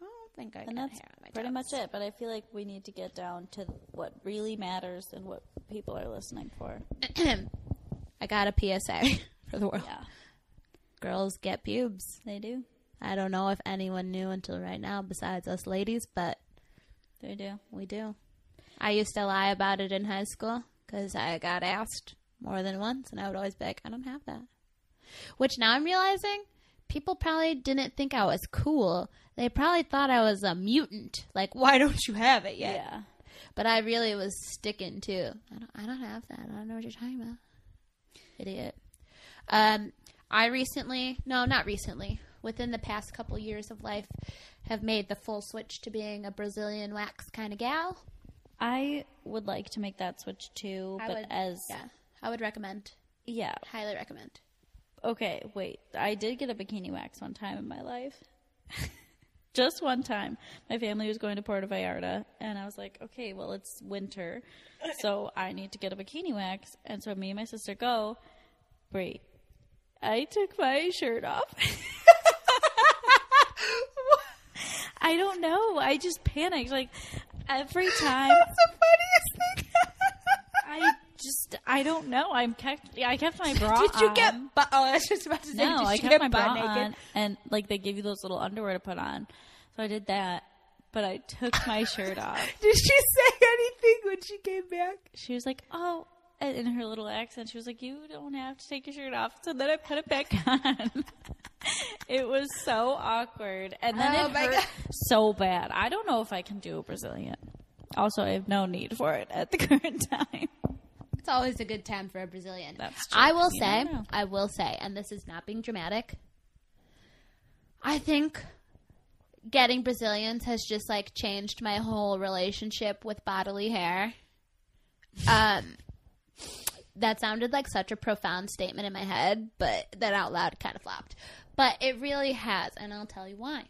Speaker 1: I don't think I
Speaker 2: And
Speaker 1: got
Speaker 2: that's
Speaker 1: hair on my
Speaker 2: pretty
Speaker 1: toes.
Speaker 2: much it. But I feel like we need to get down to what really matters and what people are listening for.
Speaker 1: I got a [LAUGHS] PSA for the world.
Speaker 2: Yeah,
Speaker 1: Girls get pubes.
Speaker 2: they do.
Speaker 1: I don't know if anyone knew until right now besides us ladies, but
Speaker 2: They do.
Speaker 1: we do. I used to lie about it in high school because I got asked more than once, and I would always be like, I don't have that. Which now I'm realizing people probably didn't think I was cool. They probably thought I was a mutant. Like, why don't you have it yet?
Speaker 2: Yeah.
Speaker 1: But I really was sticking to. I don't, I don't have that. I don't know what you're talking about. Idiot. Um, I recently, no, not recently, within the past couple years of life, have made the full switch to being a Brazilian wax kind of gal.
Speaker 2: I would like to make that switch too,
Speaker 1: I
Speaker 2: but
Speaker 1: would-
Speaker 2: as
Speaker 1: Yeah, I would recommend.
Speaker 2: yeah.
Speaker 1: Highly recommend.
Speaker 2: Okay, wait. I did get a bikini wax one time in my life. [LAUGHS] Just one time. My family was going to Puerto Vallarta, and I was like, okay, well, it's winter, so I need to get a bikini wax. And so me and my sister go, wait, I took my shirt off. [LAUGHS] I don't know. I just panicked. Like,
Speaker 1: [LAUGHS]
Speaker 2: every time
Speaker 1: the funniest
Speaker 2: I just, I don't know. I'm kept, I kept my
Speaker 1: [LAUGHS]
Speaker 2: bra
Speaker 1: Did you get?
Speaker 2: on.
Speaker 1: But oh, I was just about to say,
Speaker 2: No,
Speaker 1: did
Speaker 2: I
Speaker 1: you
Speaker 2: kept
Speaker 1: get
Speaker 2: my
Speaker 1: butt
Speaker 2: bra
Speaker 1: naked?
Speaker 2: on, and like they give you those little underwear to put on. So I did that, but I took my shirt off.
Speaker 1: [LAUGHS] Did she say anything when she came back?
Speaker 2: She was like, "Oh," and in her little accent, she was like, "You don't have to take your shirt off." So then I put it back [LAUGHS] on. it was so awkward, and then
Speaker 1: Oh
Speaker 2: it
Speaker 1: my
Speaker 2: hurt
Speaker 1: God.
Speaker 2: so bad. I don't know if I can do a Brazilian. Also, I have no need for it at the [LAUGHS] current time.
Speaker 1: It's always a good time for a Brazilian.
Speaker 2: That's true.
Speaker 1: I will
Speaker 2: You
Speaker 1: say,
Speaker 2: never know.
Speaker 1: I will say, and this is not being dramatic. I think getting Brazilians has just like changed my whole relationship with bodily hair. Um, that sounded like such a profound statement in my head, but that out loud kind of flopped. But it really has, and I'll tell you why.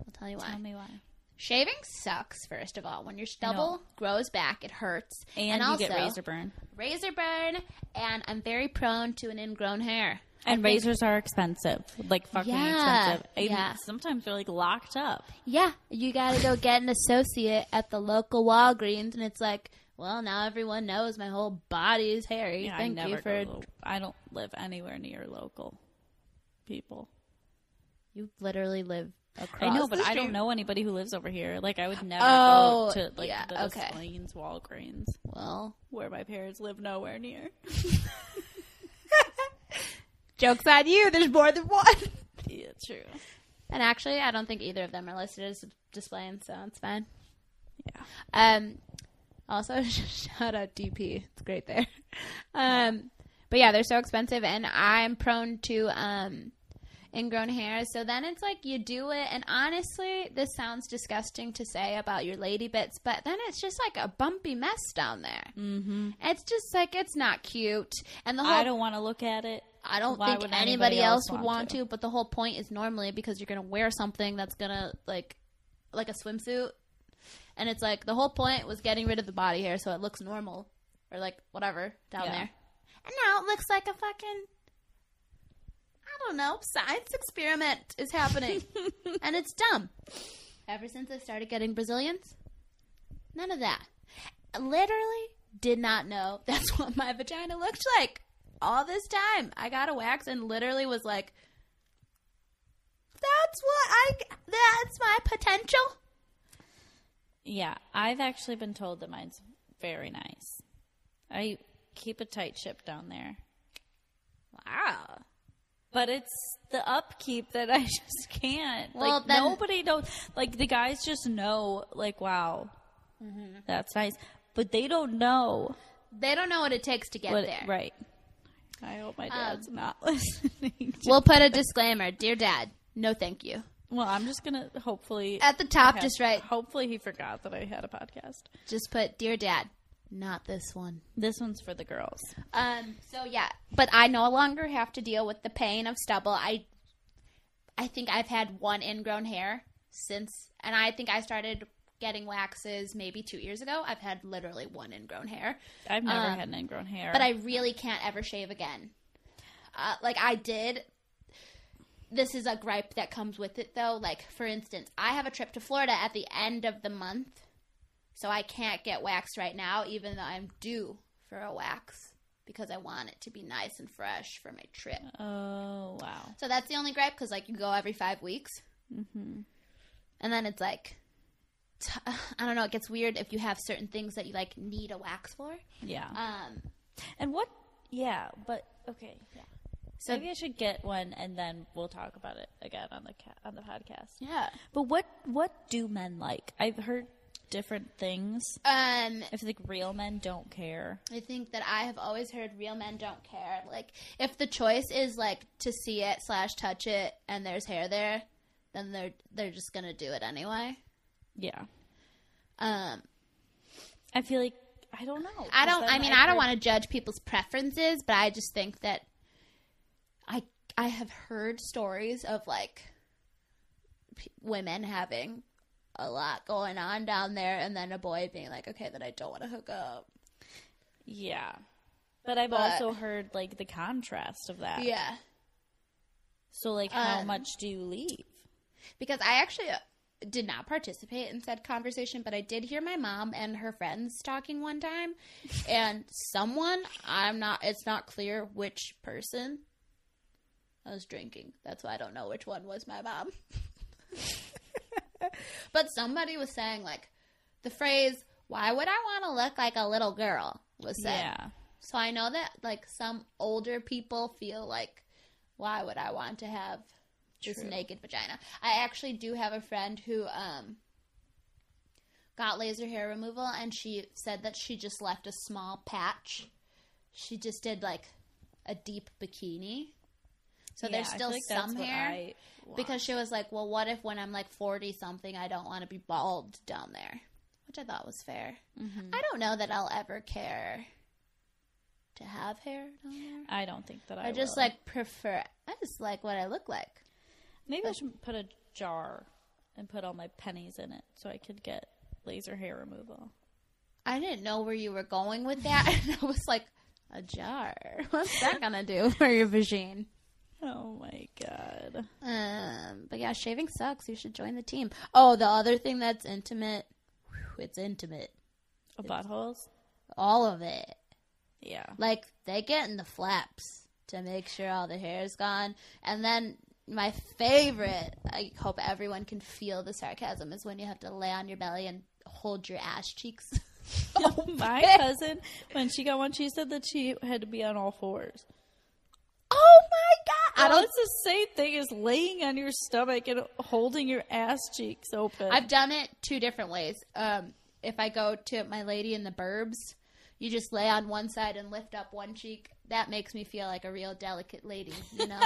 Speaker 1: I'll tell you why.
Speaker 2: Tell me why.
Speaker 1: Shaving sucks. First of all, when your stubble grows back, it hurts,
Speaker 2: And, you
Speaker 1: also,
Speaker 2: get razor burn.
Speaker 1: razor burn, and I'm very prone to an ingrown hair.
Speaker 2: And razors are expensive, like fucking
Speaker 1: Yeah,
Speaker 2: expensive. And
Speaker 1: yeah.
Speaker 2: Sometimes they're like locked up.
Speaker 1: Yeah, you gotta go get an associate at the local Walgreens, and it's like, well, now everyone knows my whole body is hairy.
Speaker 2: Yeah,
Speaker 1: Thank
Speaker 2: I never
Speaker 1: you for
Speaker 2: go to lo- I don't live anywhere near local people.
Speaker 1: you literally live across.
Speaker 2: I know, but
Speaker 1: the
Speaker 2: I
Speaker 1: street.
Speaker 2: don't know anybody who lives over here. Like I would never
Speaker 1: Oh,
Speaker 2: go to like
Speaker 1: yeah,
Speaker 2: the
Speaker 1: okay.
Speaker 2: Plains, Walgreens,
Speaker 1: Well,
Speaker 2: where my parents live nowhere near. [LAUGHS]
Speaker 1: jokes on you. There's more than one.
Speaker 2: yeah, true.
Speaker 1: And actually, I don't think either of them are listed as displaying, so it's fine.
Speaker 2: Yeah.
Speaker 1: Um, also, [LAUGHS] shout out DP. It's great there. Um, but yeah, they're so expensive, and I'm prone to um, ingrown hair. So then it's like you do it, and honestly, this sounds disgusting to say about your lady bits, but then it's just like a bumpy mess down there. Mm-hmm. It's just like it's not cute, and the whole
Speaker 2: I don't want to look at it.
Speaker 1: I don't
Speaker 2: Why
Speaker 1: think
Speaker 2: would
Speaker 1: anybody,
Speaker 2: anybody
Speaker 1: else
Speaker 2: else
Speaker 1: would want
Speaker 2: want
Speaker 1: to?
Speaker 2: to?
Speaker 1: But the whole point is normally because you're gonna wear something that's gonna like, like a swimsuit, and it's like the whole point was getting rid of the body hair so it looks normal or like whatever down
Speaker 2: Yeah.
Speaker 1: there, and now it looks like a fucking, I don't know, science experiment is happening, and it's dumb. Ever since I started getting Brazilians, none of that. I literally did not know [LAUGHS] that's what my vagina looked like all this time. I got a wax and literally was like, that's what I, that's my potential.
Speaker 2: Yeah, I've actually been told that mine's very nice. I keep a tight ship down there,
Speaker 1: Wow.
Speaker 2: but it's the upkeep that I [LAUGHS] just can't.
Speaker 1: Well,
Speaker 2: like
Speaker 1: then-
Speaker 2: nobody knows. Like the guys just know. Like wow,
Speaker 1: Mm-hmm.
Speaker 2: that's nice, but they don't know
Speaker 1: They don't know what it takes to get
Speaker 2: what-
Speaker 1: there. Um,
Speaker 2: Right. I hope my dad's not [LAUGHS] listening. to-
Speaker 1: We'll put a disclaimer Dear dad, no thank you.
Speaker 2: Well, I'm just gonna hopefully
Speaker 1: At the top,
Speaker 2: have-
Speaker 1: just right.
Speaker 2: Hopefully, he forgot that I had a podcast.
Speaker 1: Just put, dear dad, not this one.
Speaker 2: This one's for the girls.
Speaker 1: Um. So yeah, but I no longer have to deal with the pain of stubble. I, I think I've had one ingrown hair since, and I think I started getting waxes maybe two years ago. I've had literally one ingrown hair,
Speaker 2: I've never
Speaker 1: Um,
Speaker 2: had an ingrown hair,
Speaker 1: but I really can't ever shave again. Uh, like I did. This is a gripe that comes with it, though. Like for instance, I have a trip to Florida at the end of the month, so I can't get waxed right now, even though I'm due for a wax because I want it to be nice and fresh for my trip.
Speaker 2: oh wow,
Speaker 1: So that's the only gripe because like you go every five weeks, and then it's like t- [LAUGHS] I don't know. It gets weird if you have certain things that you like need a wax for.
Speaker 2: yeah.
Speaker 1: Um,
Speaker 2: Uh, and what? Yeah, but okay. Yeah.
Speaker 1: so
Speaker 2: Maybe I should get one, and then we'll talk about it again on the ca- on the podcast.
Speaker 1: yeah.
Speaker 2: But what what do men like? I've heard different things.
Speaker 1: Um,
Speaker 2: I feel like real men don't care.
Speaker 1: I think that I have always heard real men don't care. Like, if the choice is like to see it slash touch it, and there's hair there, then they're they're just gonna do it anyway.
Speaker 2: Yeah,
Speaker 1: Um,
Speaker 2: I feel like I don't know.
Speaker 1: I don't. I mean, I don't want to judge people's preferences, but I just think that I I have heard stories of like p- women having a lot going on down there, and then a boy being like, "Okay, then I don't want to hook up."
Speaker 2: Yeah, but I've
Speaker 1: But-
Speaker 2: also heard like the contrast of that.
Speaker 1: Yeah,
Speaker 2: So like, how
Speaker 1: Um,
Speaker 2: much do you leave?
Speaker 1: because I actually uh, did not participate in said conversation, but I did hear my mom and her friends talking one time, and someone I'm not. It's not clear which person. I was drinking. That's why I don't know which one was my mom. [LAUGHS] but somebody was saying like the phrase "Why would I want to look like a little girl?" was said.
Speaker 2: Yeah.
Speaker 1: So I know that like some older people feel like, why would I want to have this
Speaker 2: True.
Speaker 1: naked vagina? I actually do have a friend who um got laser hair removal and she said that she just left a small patch. She just did like a deep bikini. So
Speaker 2: Yeah,
Speaker 1: there's
Speaker 2: I feel
Speaker 1: still
Speaker 2: like that's
Speaker 1: some
Speaker 2: what
Speaker 1: hair
Speaker 2: I want.
Speaker 1: because she was like, "Well, what if when I'm like 40 something I don't want to be bald down there?" Which I thought was fair. I don't know that I'll ever care to have hair down there.
Speaker 2: I don't think that I.
Speaker 1: I, just
Speaker 2: will.
Speaker 1: like prefer I just like what I look like.
Speaker 2: maybe I should put a jar and put all my pennies in it so I could get laser hair removal.
Speaker 1: I didn't know where you were going with that [LAUGHS] and I was like, "A jar. [LAUGHS] What's that going to do for your vagine?"
Speaker 2: Oh my god.
Speaker 1: Um, but yeah, shaving sucks. You should join the team. Oh, the other thing that's intimate. Whew, It's intimate.
Speaker 2: Oh, buttholes.
Speaker 1: All of it. [LAUGHS]
Speaker 2: Yeah. [LAUGHS]
Speaker 1: Like they get in the flaps to make sure all the hair is gone. And then my favorite, I hope everyone can feel the sarcasm, is when you have to lay on your belly and hold your ass cheeks. [LAUGHS] Oh
Speaker 2: My cousin, when she got one, she said that she had to be on all fours.
Speaker 1: oh my god! I
Speaker 2: Well,
Speaker 1: don't.
Speaker 2: It's the same thing as laying on your stomach and holding your ass cheeks open.
Speaker 1: I've done it two different ways. Um, if I go to my lady in the burbs, you just lay on one side and lift up one cheek. That makes me feel like a real delicate lady, you know?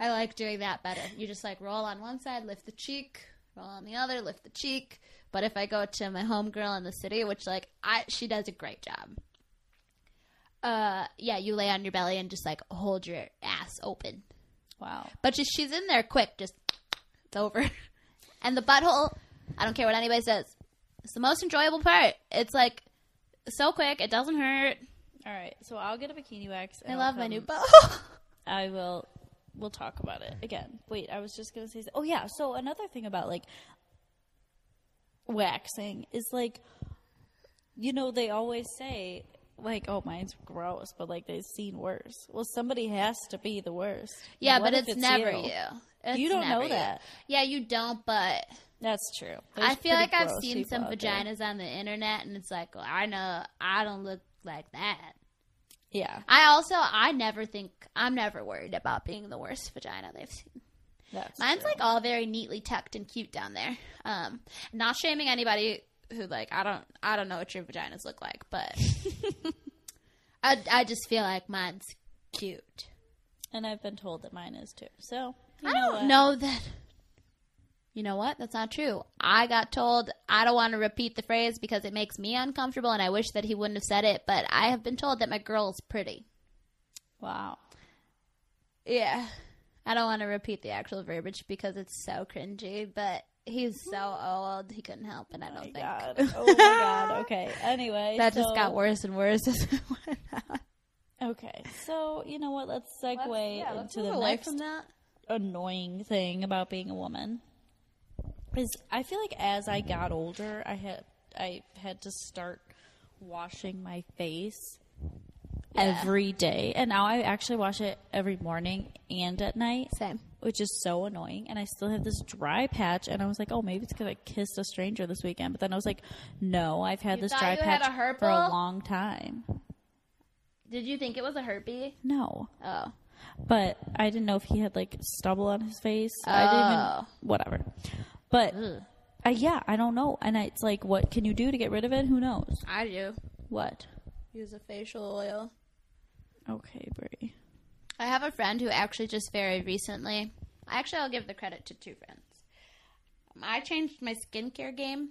Speaker 1: I like doing that better. You just like roll on one side, lift the cheek, roll on the other, lift the cheek. But if I go to my homegirl in the city, which like I she does a great job. Uh yeah, you lay on your belly and just like hold your ass open.
Speaker 2: wow.
Speaker 1: But just, she's in there quick, just it's over. [LAUGHS] And the butthole, I don't care what anybody says, it's the most enjoyable part. It's like so quick, it doesn't hurt.
Speaker 2: All right. So I'll get a bikini wax.
Speaker 1: I
Speaker 2: and I'll
Speaker 1: love my
Speaker 2: come-
Speaker 1: new butthole. [LAUGHS]
Speaker 2: I will. We'll talk about it again. Wait, I was just gonna say. Oh yeah. So another thing about like waxing is like, you know, they always say like, "Oh, mine's gross," but like they've seen worse. Well, somebody has to be the worst.
Speaker 1: Yeah,
Speaker 2: What
Speaker 1: but
Speaker 2: if
Speaker 1: it's, never you. It's
Speaker 2: You don't
Speaker 1: never
Speaker 2: know that.
Speaker 1: Yeah, you don't, but
Speaker 2: That's true.
Speaker 1: I
Speaker 2: There's
Speaker 1: feel like
Speaker 2: pretty
Speaker 1: I've
Speaker 2: gross
Speaker 1: seen
Speaker 2: people
Speaker 1: some
Speaker 2: out there.
Speaker 1: vaginas on the internet and it's like, well, I know I don't look like that.
Speaker 2: Yeah,
Speaker 1: I also, I never think, I'm never worried about being the worst vagina they've seen.
Speaker 2: that's
Speaker 1: Mine's
Speaker 2: true.
Speaker 1: like all very neatly tucked and cute down there. Um, not shaming anybody who like I don't I don't know what your vaginas look like,
Speaker 2: [LAUGHS]
Speaker 1: but I I just feel like mine's cute. [LAUGHS]
Speaker 2: and I've been told that mine is too. So you
Speaker 1: I
Speaker 2: know
Speaker 1: don't
Speaker 2: what?
Speaker 1: know that you know what? That's not true. I got told I don't want to repeat the phrase because it makes me uncomfortable and I wish that he wouldn't have said it, but I have been told that my girl is pretty.
Speaker 2: Wow.
Speaker 1: Yeah. I don't want to repeat the actual verbiage because it's so cringy, but he's
Speaker 2: [LAUGHS]
Speaker 1: so old, he couldn't help it, I don't
Speaker 2: My
Speaker 1: think.
Speaker 2: God.
Speaker 1: [LAUGHS]
Speaker 2: Oh my God. Okay. Anyway,
Speaker 1: That just
Speaker 2: so-
Speaker 1: got worse and worse [LAUGHS] as it went on.
Speaker 2: Okay. So you know what? Let's segue into the
Speaker 1: away
Speaker 2: next
Speaker 1: from that.
Speaker 2: annoying thing about being a woman. Is I feel like as I got older, I had I had to start washing my face every day, and now I actually wash it every morning and at night.
Speaker 1: Same.
Speaker 2: which is so annoying. And I still have this dry patch. And I was like, oh, maybe it's because I kissed a stranger this weekend. But then I was like, no, I've had this
Speaker 1: thought
Speaker 2: dry
Speaker 1: you had
Speaker 2: patch
Speaker 1: a herpal?
Speaker 2: for a long time.
Speaker 1: Did you think it was a herpy?
Speaker 2: No,
Speaker 1: Oh.
Speaker 2: but I didn't know if he had like stubble on his face. I didn't
Speaker 1: Oh.
Speaker 2: even whatever. But I, yeah, I don't know. And I, it's like, what can you do to get rid of it? Who knows?
Speaker 1: I do.
Speaker 2: What?
Speaker 1: Use a facial oil.
Speaker 2: Okay, Brie.
Speaker 1: I have a friend who actually just very recently. Actually, I'll give the credit to two friends. Um, I changed my skincare game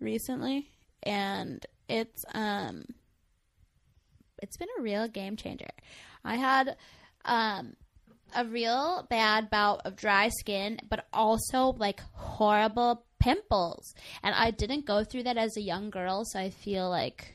Speaker 1: recently, and it's um, it's been a real game changer. I had um a real bad bout of dry skin, but also like horrible pimples, and I didn't go through that as a young girl, so I feel like.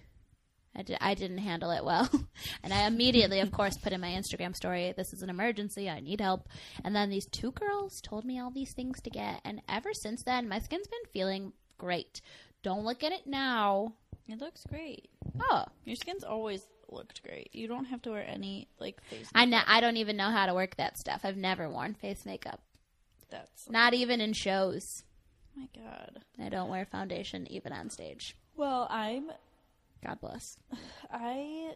Speaker 1: I, di- I didn't handle it well. [LAUGHS] and I immediately, of course, put in my Instagram story, this is an emergency, I need help. And then these two girls told me all these things to get. And ever since then, my skin's been feeling great. Don't look at it now.
Speaker 2: It looks great.
Speaker 1: Oh,
Speaker 2: Your skin's always looked great. You don't have to wear any like face.
Speaker 1: I, ne- I don't even know how to work that stuff. I've never worn face makeup,
Speaker 2: That's
Speaker 1: not even in shows.
Speaker 2: Oh my god.
Speaker 1: I don't wear foundation even on stage.
Speaker 2: Well, I'm
Speaker 1: God bless.
Speaker 2: I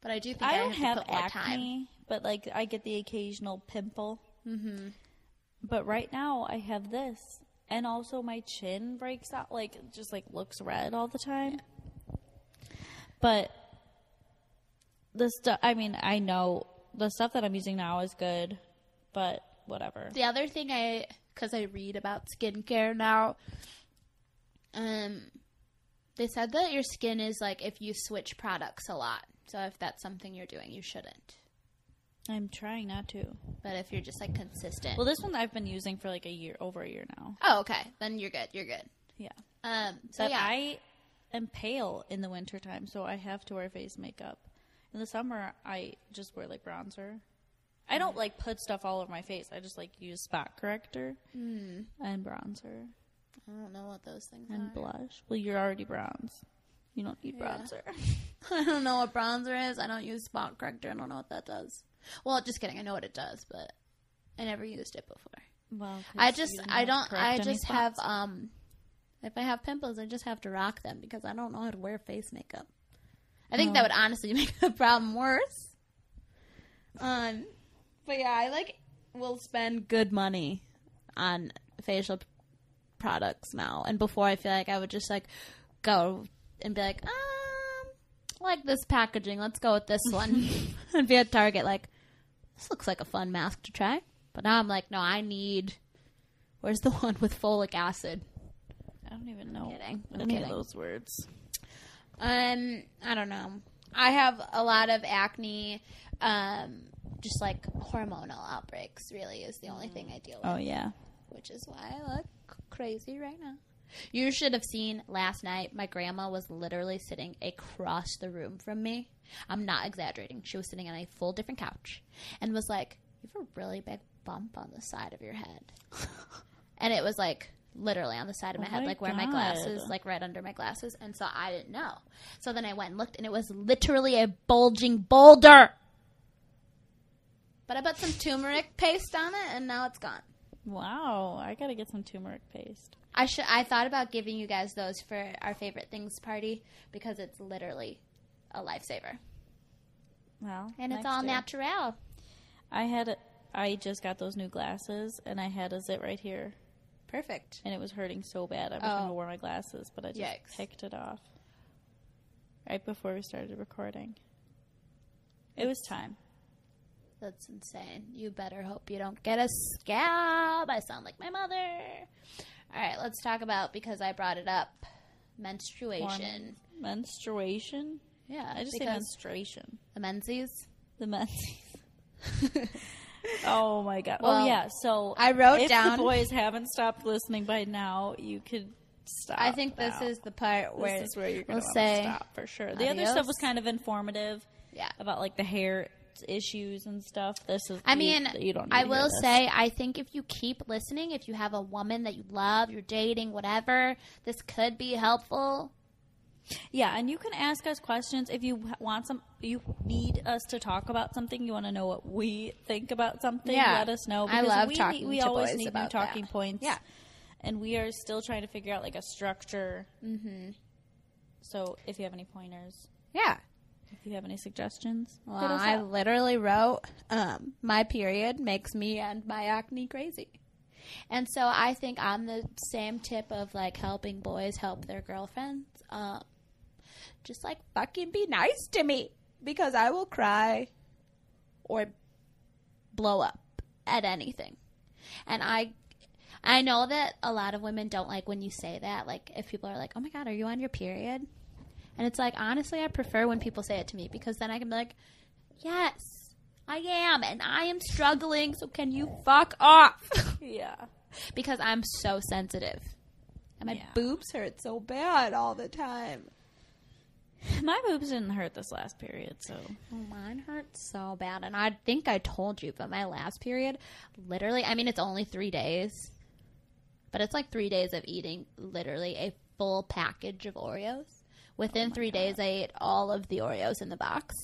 Speaker 1: But I do think I,
Speaker 2: I don't
Speaker 1: have,
Speaker 2: have,
Speaker 1: to put more time.
Speaker 2: acne, but like I get the occasional pimple. Mm-hmm. But right now I have this, and also my chin breaks out, like just like looks red all the time. But the stuff, I mean, I know the stuff that I'm using now is good, but whatever.
Speaker 1: The other thing I, because I read about skincare now, um, they said that your skin is like if you switch products a lot. So if that's something you're doing, you shouldn't.
Speaker 2: I'm trying not to.
Speaker 1: But if you're just like consistent,
Speaker 2: Well, this one I've been using for like a year, over a year now.
Speaker 1: oh okay, then you're good. You're good.
Speaker 2: Yeah.
Speaker 1: Um, so
Speaker 2: But
Speaker 1: yeah,
Speaker 2: I am pale in the wintertime, so I have to wear face makeup. In the summer, I just wear like bronzer. I don't like put stuff all over my face. I just like use spot corrector
Speaker 1: Hmm.
Speaker 2: and bronzer
Speaker 1: I don't know what those things
Speaker 2: and blush. Well, you're already bronze. You don't need bronzer.
Speaker 1: are. [LAUGHS] I don't know what bronzer is. I don't use spot corrector. I don't know what that does. Well, just kidding. I know what it does, but I never used it before.
Speaker 2: [LAUGHS] Well, 'cause
Speaker 1: I
Speaker 2: you
Speaker 1: just
Speaker 2: didn't
Speaker 1: I
Speaker 2: have to
Speaker 1: don't
Speaker 2: correct
Speaker 1: I
Speaker 2: any
Speaker 1: just have
Speaker 2: spots.
Speaker 1: um if I have pimples I just have to rock them because I don't know how to wear face makeup. I think that would honestly [LAUGHS] make the problem worse. Um but yeah, I like will spend good money on facial p- products now. And before I feel like I would just like go and be like, um I like this packaging, let's go with this one. [LAUGHS] and be at Target like this looks like a fun mask to try. But now I'm like, no, I need. Where's the [LAUGHS] one with folic acid?
Speaker 2: I don't even know
Speaker 1: kidding. I'm
Speaker 2: any
Speaker 1: kidding.
Speaker 2: of those words.
Speaker 1: Um, I don't know. I have a lot of acne. Um, just like hormonal outbreaks, really, is the only thing I deal with,
Speaker 2: Oh yeah.
Speaker 1: which is why I look crazy right now. You should have seen last night. My grandma was literally sitting across the room from me. I'm not exaggerating. She was sitting on a full different couch and was like, You have a really big bump on the side of your
Speaker 2: [LAUGHS]
Speaker 1: head. and it was like literally on the side of my
Speaker 2: Oh
Speaker 1: head,
Speaker 2: my
Speaker 1: like where my
Speaker 2: God.
Speaker 1: glasses, like right under my glasses. And so I didn't know. So then I went and looked, and it was literally a bulging boulder. But I put some turmeric paste on it, and now it's gone.
Speaker 2: Wow. I gotta get some turmeric paste.
Speaker 1: I should. I thought about giving you guys those for our favorite things party because it's literally a lifesaver,
Speaker 2: Well,
Speaker 1: and it's
Speaker 2: next
Speaker 1: all
Speaker 2: year.
Speaker 1: natural.
Speaker 2: I had a, I just got those new glasses and I had a zit right here
Speaker 1: Perfect.
Speaker 2: and it was hurting so bad every time I
Speaker 1: Oh.
Speaker 2: wore my glasses, but I just
Speaker 1: Yikes.
Speaker 2: picked it off right before we started recording. It was time.
Speaker 1: That's insane. You better hope you don't get a scab. I sound like my mother. All right, let's talk about because I brought it up menstruation.
Speaker 2: Hormones. Menstruation?
Speaker 1: Yeah,
Speaker 2: I just say
Speaker 1: because
Speaker 2: menstruation.
Speaker 1: the menses. [LAUGHS]
Speaker 2: The menses. oh my god.
Speaker 1: Well,
Speaker 2: oh yeah. So
Speaker 1: I wrote
Speaker 2: if
Speaker 1: down-
Speaker 2: the boys haven't stopped listening by now, you could stop.
Speaker 1: I think this
Speaker 2: now.
Speaker 1: is the part where,
Speaker 2: This is where you're going
Speaker 1: we'll
Speaker 2: to
Speaker 1: say,
Speaker 2: stop for sure. The other
Speaker 1: adios.
Speaker 2: stuff was kind of informative
Speaker 1: yeah.
Speaker 2: about like the hair issues and stuff. This is
Speaker 1: I
Speaker 2: you-
Speaker 1: mean,
Speaker 2: you, don't. need
Speaker 1: I
Speaker 2: to
Speaker 1: will
Speaker 2: hear this.
Speaker 1: say, I think if you keep listening, if you have a woman that you love, you're dating, whatever, this could be helpful.
Speaker 2: yeah, and you can ask us questions if you want some. You need us to talk about something. You want to know what we think about something.
Speaker 1: Yeah.
Speaker 2: Let us know.
Speaker 1: I
Speaker 2: because
Speaker 1: love
Speaker 2: we,
Speaker 1: talking
Speaker 2: We
Speaker 1: to
Speaker 2: always
Speaker 1: boys
Speaker 2: need
Speaker 1: about
Speaker 2: new talking
Speaker 1: that.
Speaker 2: points.
Speaker 1: Yeah.
Speaker 2: and we are still trying to figure out like a structure. Mm-hmm. So if you have any pointers,
Speaker 1: Yeah.
Speaker 2: if you have any suggestions, hit
Speaker 1: Well,
Speaker 2: us
Speaker 1: I
Speaker 2: up.
Speaker 1: literally wrote, um, my period makes me and my acne crazy. And so I think I'm the same tip of like helping boys help their girlfriends. Um, just like fucking be nice to me because I will cry or blow up at anything. And I I know that a lot of women don't like when you say that. Like if people are like, "Oh my god, are you on your period?" And it's like, honestly, I prefer when people say it to me because then I can be like, "Yes, I am and I am struggling, so can you fuck off?" [LAUGHS]
Speaker 2: yeah.
Speaker 1: because I'm so sensitive. And my
Speaker 2: Yeah.
Speaker 1: boobs hurt so bad all the time.
Speaker 2: My boobs didn't hurt this last period, so
Speaker 1: Oh, mine hurt so bad. And I think I told you, but my last period, literally, I mean, it's only three days, but it's like three days of eating literally a full package of Oreos. Within three days, I ate all of the Oreos in the box.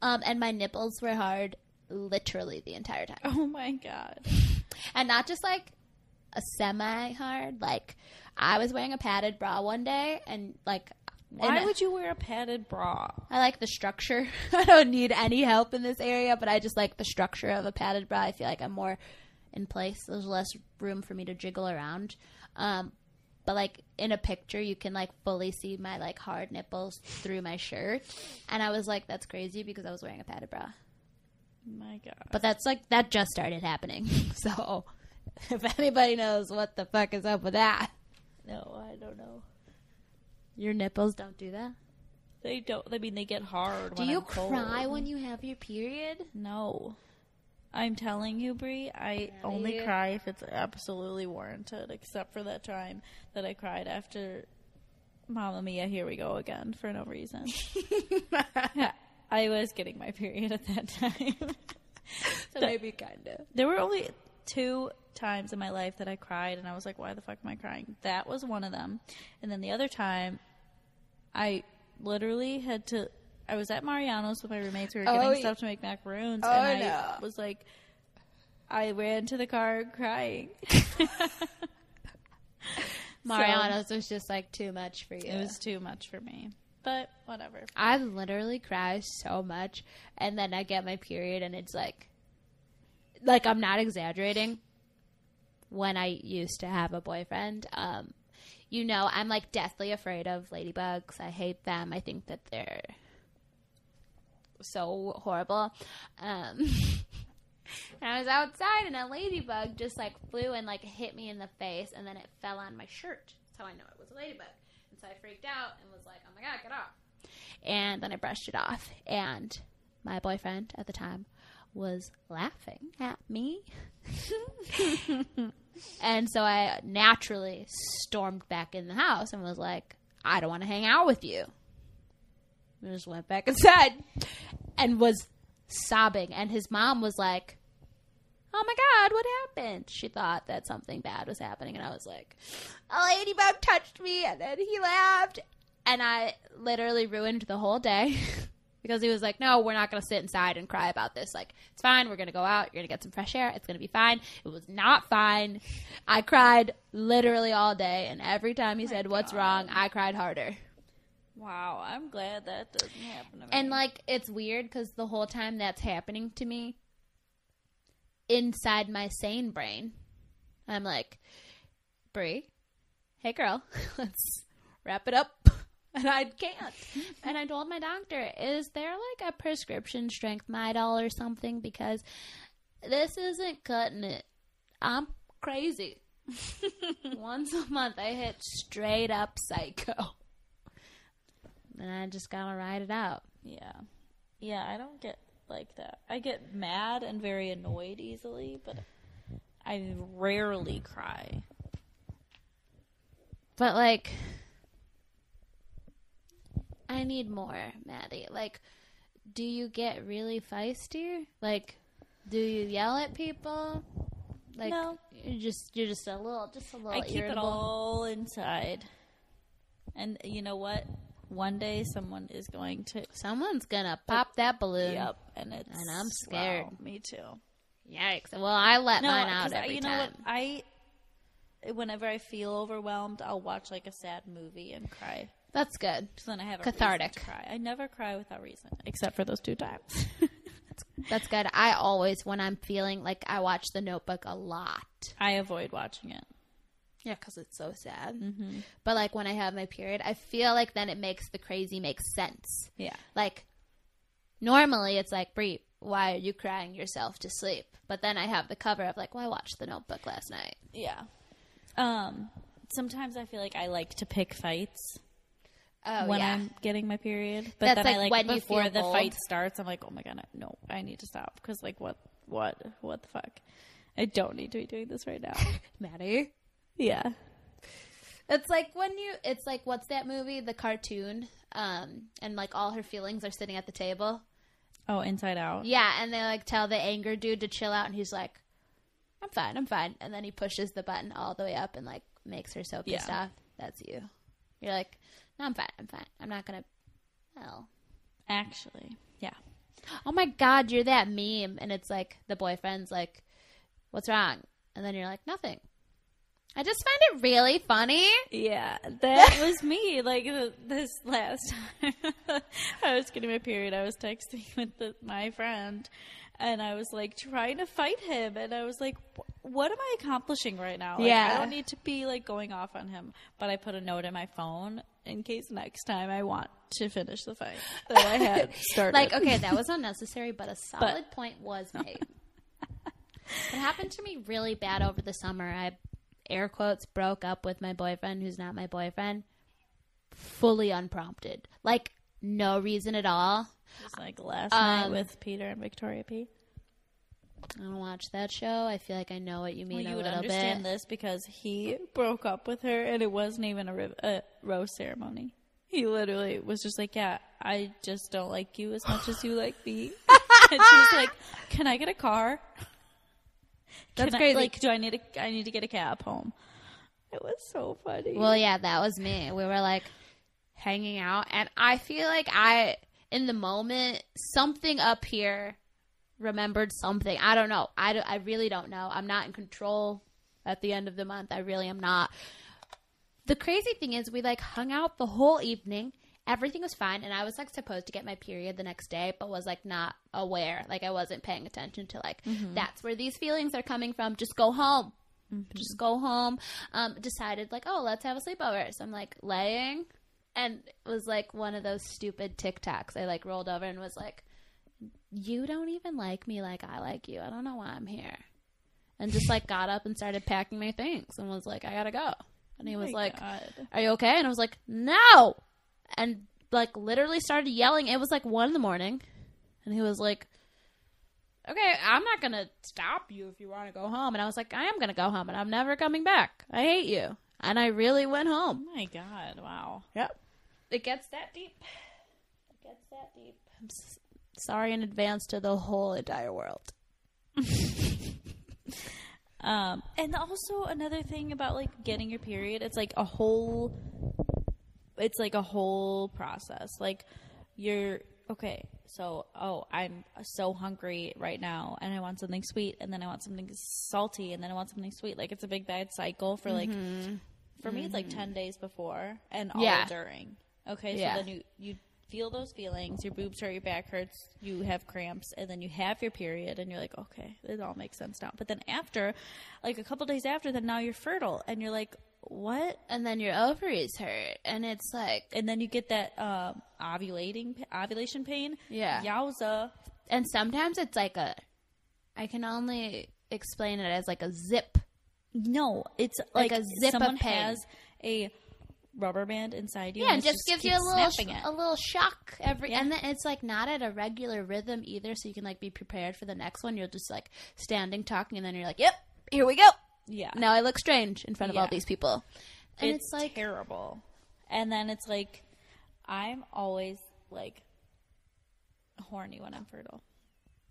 Speaker 1: Um, and my nipples were hard literally the entire time.
Speaker 2: oh my god.
Speaker 1: and not just like a semi hard. Like, I was wearing a padded bra one day, and like,
Speaker 2: Why
Speaker 1: and-
Speaker 2: would you wear a padded bra?
Speaker 1: I like the structure. [LAUGHS] I don't need any help in this area, but I just like the structure of a padded bra. I feel like I'm more in place. There's less room for me to jiggle around. Um, but like in a picture, you can like fully see my like hard nipples through my shirt, and I was like, "That's crazy," because I was wearing a padded bra.
Speaker 2: My god.
Speaker 1: But that's like that just started happening. [LAUGHS] So if anybody knows what the fuck is up with that,
Speaker 2: No, I don't know.
Speaker 1: your nipples don't do that.
Speaker 2: They don't. I mean, they get hard.
Speaker 1: Do
Speaker 2: when
Speaker 1: you
Speaker 2: I'm cold.
Speaker 1: cry when you have your [LAUGHS] period?
Speaker 2: No. I'm telling you, Brie. I only
Speaker 1: you-
Speaker 2: cry if it's absolutely warranted. Except for that time that I cried after Mamma Mia. Here we go again for
Speaker 1: [LAUGHS]
Speaker 2: no reason. [LAUGHS] Yeah, I was getting my period at that time.
Speaker 1: So maybe kind of.
Speaker 2: there were only two times in my life that I cried, and I was like, why the fuck am I crying? That was one of them. And then the other time, I literally had to. I was at Mariano's with my roommates. We were
Speaker 1: Oh,
Speaker 2: getting
Speaker 1: y-
Speaker 2: stuff to make macaroons,
Speaker 1: Oh,
Speaker 2: and I
Speaker 1: no.
Speaker 2: was like, I ran to the car crying.
Speaker 1: Mariano's was just like too much for you.
Speaker 2: It was too much for me, but whatever.
Speaker 1: I literally cry so much, and then I get my period, and it's like, like I'm not exaggerating. When I used to have a boyfriend, um, you know, I'm like deathly afraid of ladybugs. I hate them. I think that they're so horrible. Um, [LAUGHS] And I was outside, and a ladybug just like flew and like hit me in the face, and then it fell on my shirt. That's how I know it was a ladybug. And so I freaked out and was like, "Oh my god, get off!" And then I brushed it off, and my boyfriend at the time was laughing at me. [LAUGHS] and so I naturally stormed back in the house and was like, "I don't want to hang out with you." And [LAUGHS] just went back inside and was sobbing. And his mom was like, Oh my God, what happened? She thought that something bad was happening. And I was like, A ladybug touched me. And then he laughed. And I literally ruined the whole day [LAUGHS] because he was like, No, we're not going to sit inside and cry about this. Like, it's fine. We're going to go out. You're going to get some fresh air. It's going to be fine. It was not fine. I cried literally all day. And every time he said, What's wrong? I cried harder.
Speaker 2: Wow, I'm glad that doesn't happen to me.
Speaker 1: And like it's weird because the whole time that's happening to me, inside my sane brain, [LAUGHS] I'm like, Brie, hey girl, let's wrap it up. [LAUGHS] and I can't. And I told my doctor, is there like a prescription strength Midol or something? Because this isn't cutting it. I'm crazy. [LAUGHS] Once a month, I hit straight up psycho. And I just gotta ride it out.
Speaker 2: Yeah. Yeah, I don't get like that. I get mad and very annoyed easily, but I rarely cry.
Speaker 1: But like, I need more, Maddie. Like, do you get really feisty? Like, do you yell at people? Like,
Speaker 2: No.
Speaker 1: you're just you're just a little, just a little.
Speaker 2: I keep it
Speaker 1: irritable.
Speaker 2: all inside. And you know what? One day someone is going to
Speaker 1: Someone's gonna pop that balloon.
Speaker 2: Yep, and it's
Speaker 1: And I'm scared.
Speaker 2: wow, me too.
Speaker 1: Yikes! Well, I let mine out
Speaker 2: 'cause I-
Speaker 1: every
Speaker 2: you know
Speaker 1: time.
Speaker 2: what? I whenever I feel overwhelmed, I'll watch like a sad movie and cry.
Speaker 1: That's good.
Speaker 2: So then I have a
Speaker 1: Cathartic.
Speaker 2: Reason to cry. I never cry without reason, except for those
Speaker 1: [LAUGHS]
Speaker 2: two times.
Speaker 1: That's good. I always, when I'm feeling like I watch The Notebook a lot.
Speaker 2: I avoid watching it.
Speaker 1: Yeah, because it's so sad. Mm-hmm. But like when I have my period, I feel like then it makes the crazy make sense.
Speaker 2: Yeah,
Speaker 1: Like normally it's like, Brie, why are you crying yourself to sleep? But then I have the cover of like, well, I watched The Notebook last night.
Speaker 2: yeah. Um, sometimes I feel like I like to pick fights
Speaker 1: Oh
Speaker 2: when
Speaker 1: yeah,
Speaker 2: I'm getting my period, but
Speaker 1: That's
Speaker 2: then I
Speaker 1: like
Speaker 2: like
Speaker 1: when you
Speaker 2: before
Speaker 1: feel
Speaker 2: the
Speaker 1: old.
Speaker 2: fight starts, I'm like, oh my god, I- no, I need to stop because like what, what, what the fuck? I don't need to be doing
Speaker 1: [LAUGHS]
Speaker 2: this right now.
Speaker 1: Maddie.
Speaker 2: yeah.
Speaker 1: It's like when you. It's like what's that movie? The cartoon. Um, and like all her feelings are sitting at the table.
Speaker 2: Oh, Inside Out.
Speaker 1: Yeah, and they like tell the anger dude to chill out, and he's like, "I'm fine, I'm fine." And then he pushes the button all the way up and like makes her so pissed
Speaker 2: Yeah.
Speaker 1: off. That's you. You're like, "No, I'm fine, I'm fine. I'm not gonna." Oh,
Speaker 2: Actually, yeah.
Speaker 1: oh my god, you're that meme, and it's like the boyfriend's like, "What's wrong?" And then you're like, "Nothing." I just find it really funny.
Speaker 2: Yeah,
Speaker 1: [LAUGHS]
Speaker 2: that was me. Like th- this last time [LAUGHS] I was getting my period, I was texting [LAUGHS] with the, my friend, and I was like trying to fight him, and I was like, "Wh- "What am I accomplishing right now? Like,
Speaker 1: Yeah.
Speaker 2: I don't need to be like going off on him." But I put a note in my phone in case next time I want to finish the fight that I
Speaker 1: [LAUGHS]
Speaker 2: had started.
Speaker 1: Like, okay,
Speaker 2: [LAUGHS]
Speaker 1: that was unnecessary, but a solid point was made. it happened to me really bad over the summer. I air quotes broke up with my boyfriend who's not my boyfriend fully unprompted. Like no reason at all.
Speaker 2: Just like last night
Speaker 1: Um,
Speaker 2: with Peter and Victoria P.
Speaker 1: I don't watch that show. I feel like I know what you mean
Speaker 2: Well, Oh, you
Speaker 1: a
Speaker 2: would
Speaker 1: little
Speaker 2: understand
Speaker 1: bit.
Speaker 2: this because he broke up with her, and it wasn't even a, ri- a rose ceremony. He literally was just like, "Yeah, I just don't like you as much as you like me." [LAUGHS] and she was like, "Can I get a car?
Speaker 1: [LAUGHS] That's
Speaker 2: Can I-
Speaker 1: crazy.
Speaker 2: like, do I need a? I need to get a cab home." It was so funny.
Speaker 1: Well, yeah, that was me. We were like hanging out, and I feel like I, in the moment, something up here remembered something. I don't know. I, don't- I really don't know. I'm not in control at the end of the month. I really am not. The crazy thing is, we like hung out the whole evening. Everything was fine, and I was like supposed to get my period the next day, but was like not aware. Like I wasn't paying attention to like that's where these feelings are coming from. Just go home just go home. Um, decided like, oh, let's have a sleepover. So I'm like laying, and it was like one of those stupid TikToks. I like rolled over and was like, "You don't even like me like I like you. I don't know why I'm here." And just like got up and started packing my things and was like, "I gotta go." And he
Speaker 2: Oh
Speaker 1: was
Speaker 2: my
Speaker 1: like,
Speaker 2: God.
Speaker 1: "Are you okay?" And I was like, "No," and like literally started yelling. It was like one in the morning, and he was like. Okay, I'm not gonna stop you if you want to go home. And I was like, I am gonna go home, and I'm never coming back. I hate you. And I really went home.
Speaker 2: "Oh my god, wow."
Speaker 1: Yep. It gets that deep. It gets that deep. I'm s- sorry in advance to the whole entire world.
Speaker 2: Um, and also another thing about like getting your period, it's like a whole, it's like a whole process. Like you're okay. So oh, I'm so hungry right now, and I want something sweet, and then I want something salty, and then I want something sweet. Like it's a big bad cycle for like, for me, it's like ten days before and all
Speaker 1: Yeah.
Speaker 2: during. Okay,
Speaker 1: Yeah.
Speaker 2: so then you you feel those feelings, your boobs hurt, your back hurts, you have cramps, and then you have your period, and you're like, okay, it all makes sense now. But then after, like a couple days after, then now you're fertile, and you're like, what?
Speaker 1: and then your ovaries hurt, and it's like,
Speaker 2: And then you get that um, ovulating pa- ovulation pain.
Speaker 1: Yeah.
Speaker 2: Yowza.
Speaker 1: and sometimes it's like a, I can only explain it as like a zip.
Speaker 2: No, it's like,
Speaker 1: Like a zip
Speaker 2: someone
Speaker 1: of pain.
Speaker 2: has a rubber band inside you.
Speaker 1: Yeah,
Speaker 2: and
Speaker 1: it
Speaker 2: it
Speaker 1: just, gives you a
Speaker 2: keeps
Speaker 1: little
Speaker 2: snapping
Speaker 1: sh-
Speaker 2: it.
Speaker 1: a little shock every,
Speaker 2: Yeah.
Speaker 1: and then it's like not at a regular rhythm either, so you can like be prepared for the next one. You're just like standing talking, and then you're like, "Yep, here we go."
Speaker 2: yeah.
Speaker 1: Now I look strange in front of all
Speaker 2: Yeah.
Speaker 1: these people, and
Speaker 2: it's,
Speaker 1: it's, like,
Speaker 2: terrible. And then it's like, I'm always like horny when I'm fertile,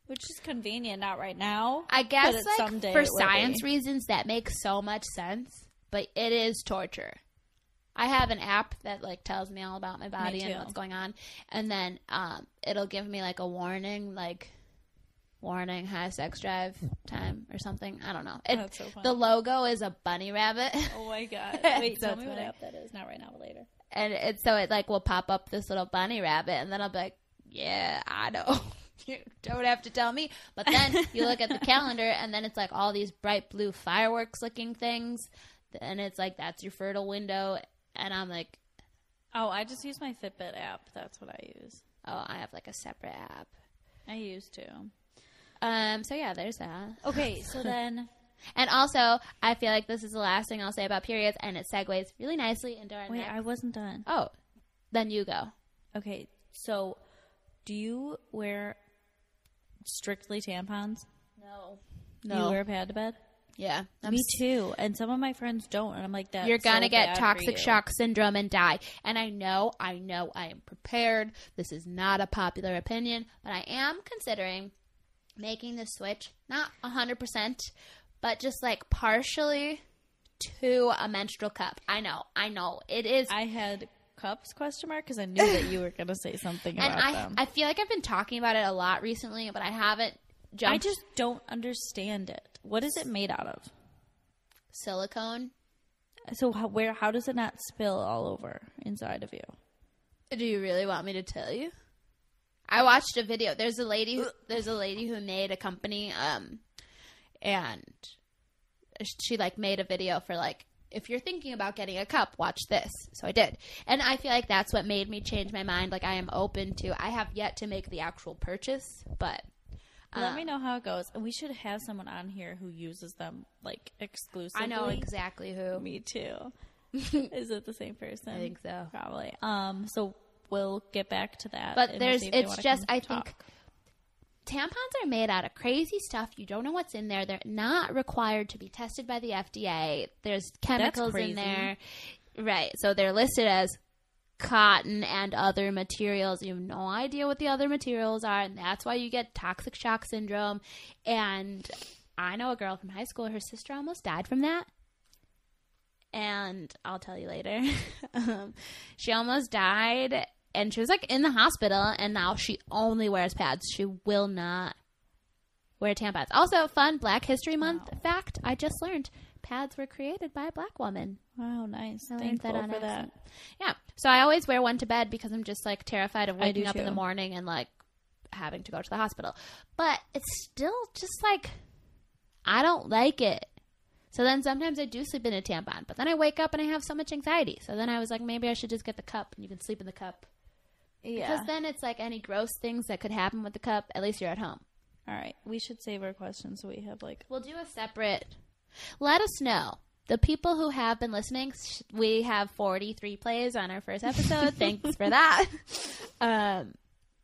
Speaker 2: which is convenient. Not right now.
Speaker 1: I guess
Speaker 2: it's
Speaker 1: like
Speaker 2: someday
Speaker 1: for
Speaker 2: it will
Speaker 1: science
Speaker 2: be.
Speaker 1: reasons that makes so much sense, but it is torture. I have an app that like tells me all about my body and
Speaker 2: too.
Speaker 1: what's going on, and then um, it'll give me like a warning, like warning high sex drive time or something. I don't know. It,
Speaker 2: That's so funny.
Speaker 1: The logo is a bunny rabbit, [LAUGHS]
Speaker 2: Oh my god!
Speaker 1: It's
Speaker 2: Wait,
Speaker 1: so
Speaker 2: tell me what
Speaker 1: funny.
Speaker 2: app that is. Not right now, but later.
Speaker 1: and it, so it like will pop up this little bunny rabbit, and then I'll be like, yeah, I know. [LAUGHS] You don't have to tell me. But then you look at the calendar, and then it's like all these bright blue fireworks looking things, and it's like that's your fertile window. And I'm like,
Speaker 2: Oh, I just use my Fitbit app. That's what I use.
Speaker 1: oh, I have like a separate app.
Speaker 2: I used to.
Speaker 1: Um. So yeah, there's that. [LAUGHS]
Speaker 2: Okay, so then
Speaker 1: And also, I feel like this is the last thing I'll say about periods, and it segues really nicely into our
Speaker 2: wait,
Speaker 1: next.
Speaker 2: I wasn't done.
Speaker 1: oh, then you go.
Speaker 2: Okay, so do you wear strictly tampons?
Speaker 1: No.
Speaker 2: you
Speaker 1: No.
Speaker 2: wear a pad to bed.
Speaker 1: yeah. I'm
Speaker 2: Me too. And some of my friends don't, and I'm like that.
Speaker 1: You're gonna get toxic shock syndrome and die. And I know, I know, I am prepared. This is not a popular opinion, but I am considering making the switch, not 100%, but just like partially to a menstrual cup. I know, I know. It is.
Speaker 2: I had cups question mark because I knew that you were gonna say something
Speaker 1: and
Speaker 2: about
Speaker 1: I,
Speaker 2: them.
Speaker 1: I feel like I've been talking about it a lot recently, but I haven't jumped.
Speaker 2: I just don't understand it. What is it made out of?
Speaker 1: silicone.
Speaker 2: So how, where how does it not spill all over inside of you?
Speaker 1: Do you really want me to tell you? I watched a video. There's a lady. Who, there's a lady who made a company, um, and she like made a video for like if you're thinking about getting a cup, watch this. So I did, and I feel like that's what made me change my mind. Like I am open to. I have yet to make the actual purchase, but
Speaker 2: Let
Speaker 1: Uh,
Speaker 2: me know how it goes. And we should have someone on here who uses them like
Speaker 1: I
Speaker 2: exclusively.
Speaker 1: know exactly who.
Speaker 2: [LAUGHS]
Speaker 1: [LAUGHS]
Speaker 2: Me too. is it the same person? I
Speaker 1: think so.
Speaker 2: Probably. Um. So we'll get back to that.
Speaker 1: But
Speaker 2: and we'll
Speaker 1: there's.
Speaker 2: see if they
Speaker 1: it's
Speaker 2: wanna
Speaker 1: just.
Speaker 2: come
Speaker 1: I think
Speaker 2: talk.
Speaker 1: tampons are made out of crazy stuff. You don't know what's in there. They're not required to be tested by the FDA. There's chemicals
Speaker 2: crazy.
Speaker 1: in there. Right. So they're listed as cotton and other materials. You have no idea what the other materials are, and that's why you get toxic shock syndrome. And I know a girl from high school, her sister almost died from that. And I'll tell you later. [LAUGHS] um, she almost died, and she was like in the hospital, and now she only wears pads. She will not wear tampons. Also, fun Black History Month fact I just learned pads were created by a black woman.
Speaker 2: Wow. Nice.
Speaker 1: I learned
Speaker 2: Thankful
Speaker 1: that on
Speaker 2: for that.
Speaker 1: accident. Yeah. So I always wear one to bed because I'm just like terrified of
Speaker 2: I do
Speaker 1: waking up in the
Speaker 2: too.
Speaker 1: morning and like having to go to the hospital. But it's still just like I don't like it. So then sometimes I do sleep in a tampon, but then I wake up and I have so much anxiety. So then I was like, maybe I should just get the cup and you can sleep in the cup.
Speaker 2: Yeah.
Speaker 1: Because then it's like any gross things that could happen with the cup, at least you're at home.
Speaker 2: All right. We should save our questions so we have like
Speaker 1: We'll do a separate. Let us know. The people who have been listening, sh- we have 43 plays on our first episode. Thanks for that. Um,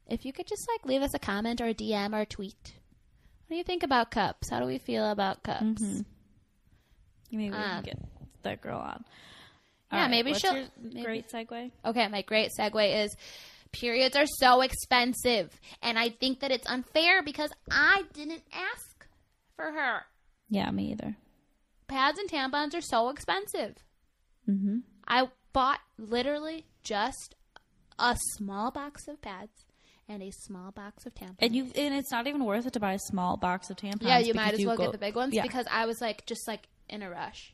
Speaker 1: if you could just like leave us a comment or a DM or a tweet. What do you think about cups? How do we feel about cups?
Speaker 2: maybe we can
Speaker 1: Um,
Speaker 2: get that girl on.
Speaker 1: yeah, maybe
Speaker 2: what's
Speaker 1: she'll-
Speaker 2: your
Speaker 1: maybe-
Speaker 2: great segue.
Speaker 1: Okay, my great segue is periods are so expensive. And I think that it's unfair because I didn't ask for her.
Speaker 2: Yeah, me either.
Speaker 1: Pads and tampons are so expensive.
Speaker 2: Mm-hmm.
Speaker 1: I bought literally just a small box of pads and a small box of tampons.
Speaker 2: And you and it's not even worth it to buy a small box of tampons.
Speaker 1: yeah, you
Speaker 2: because
Speaker 1: might as well
Speaker 2: go-
Speaker 1: get the big ones
Speaker 2: Yeah.
Speaker 1: because I was like just like in a rush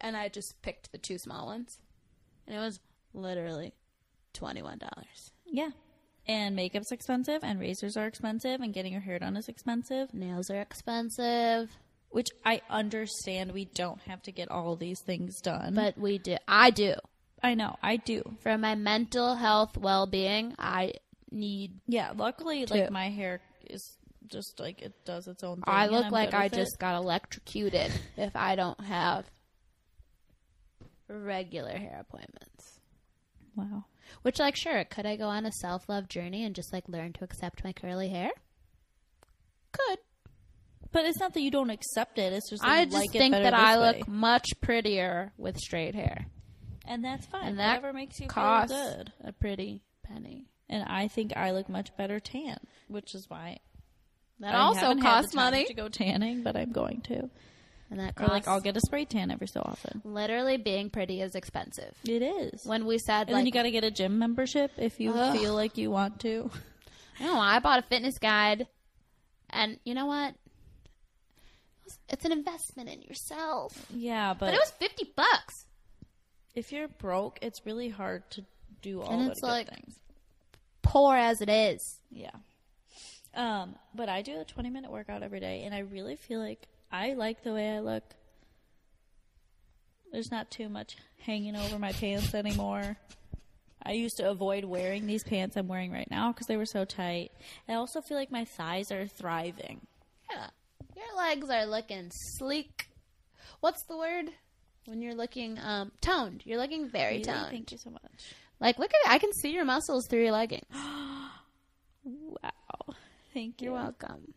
Speaker 1: and I just picked the two small ones. And it was literally $21.
Speaker 2: yeah. And makeup's expensive, and razors are expensive, and getting your hair done is expensive.
Speaker 1: Nails are expensive.
Speaker 2: which I understand we don't have to get all these things done.
Speaker 1: But we do. I do.
Speaker 2: I know, I do.
Speaker 1: For my mental health well being, I need.
Speaker 2: Yeah, luckily, like
Speaker 1: Two.
Speaker 2: my hair is just like it does its own thing.
Speaker 1: I
Speaker 2: and
Speaker 1: look
Speaker 2: I'm
Speaker 1: like
Speaker 2: good
Speaker 1: I
Speaker 2: with it.
Speaker 1: just got electrocuted if I don't have regular hair appointments.
Speaker 2: wow.
Speaker 1: Which, like, sure, could I go on a self love journey and just like learn to accept my curly hair? Could.
Speaker 2: But it's not that you don't accept it. It's just that
Speaker 1: I
Speaker 2: you
Speaker 1: just
Speaker 2: like it
Speaker 1: think
Speaker 2: better
Speaker 1: that
Speaker 2: this
Speaker 1: I
Speaker 2: way.
Speaker 1: look much prettier with straight hair.
Speaker 2: and that's fine.
Speaker 1: and that
Speaker 2: Whatever makes you feel
Speaker 1: Costs
Speaker 2: good.
Speaker 1: a pretty penny.
Speaker 2: And I think I look much better tan, which is why
Speaker 1: That
Speaker 2: I
Speaker 1: also
Speaker 2: haven't had the
Speaker 1: costs
Speaker 2: time
Speaker 1: money.
Speaker 2: to go tanning, but I'm going to.
Speaker 1: And that
Speaker 2: Or
Speaker 1: costs.
Speaker 2: like I'll get a spray tan every so often.
Speaker 1: literally being pretty is expensive.
Speaker 2: It is.
Speaker 1: When we said
Speaker 2: and
Speaker 1: like,
Speaker 2: then you got to get a gym membership if you
Speaker 1: Ugh.
Speaker 2: feel like you
Speaker 1: [LAUGHS]
Speaker 2: want to.
Speaker 1: no, I bought a fitness guide, and you know what? It's an investment in yourself.
Speaker 2: Yeah, but,
Speaker 1: But it was fifty bucks.
Speaker 2: if you're broke, it's really hard to do all
Speaker 1: And
Speaker 2: the
Speaker 1: it's
Speaker 2: good
Speaker 1: like-
Speaker 2: things.
Speaker 1: Poor as it is,
Speaker 2: Yeah. Um, but I do a 20 minute workout every day, and I really feel like I like the way I look. There's not too much hanging over my pants anymore. I used to avoid wearing these pants I'm wearing right now because they were so tight. And I also feel like my thighs are thriving.
Speaker 1: yeah. Your legs are looking sleek. What's the word when you're looking um, toned? You're looking very
Speaker 2: Really?
Speaker 1: toned.
Speaker 2: Thank you so much.
Speaker 1: Like look at I can see your muscles through your leggings.
Speaker 2: Wow. Thank you.
Speaker 1: You're welcome.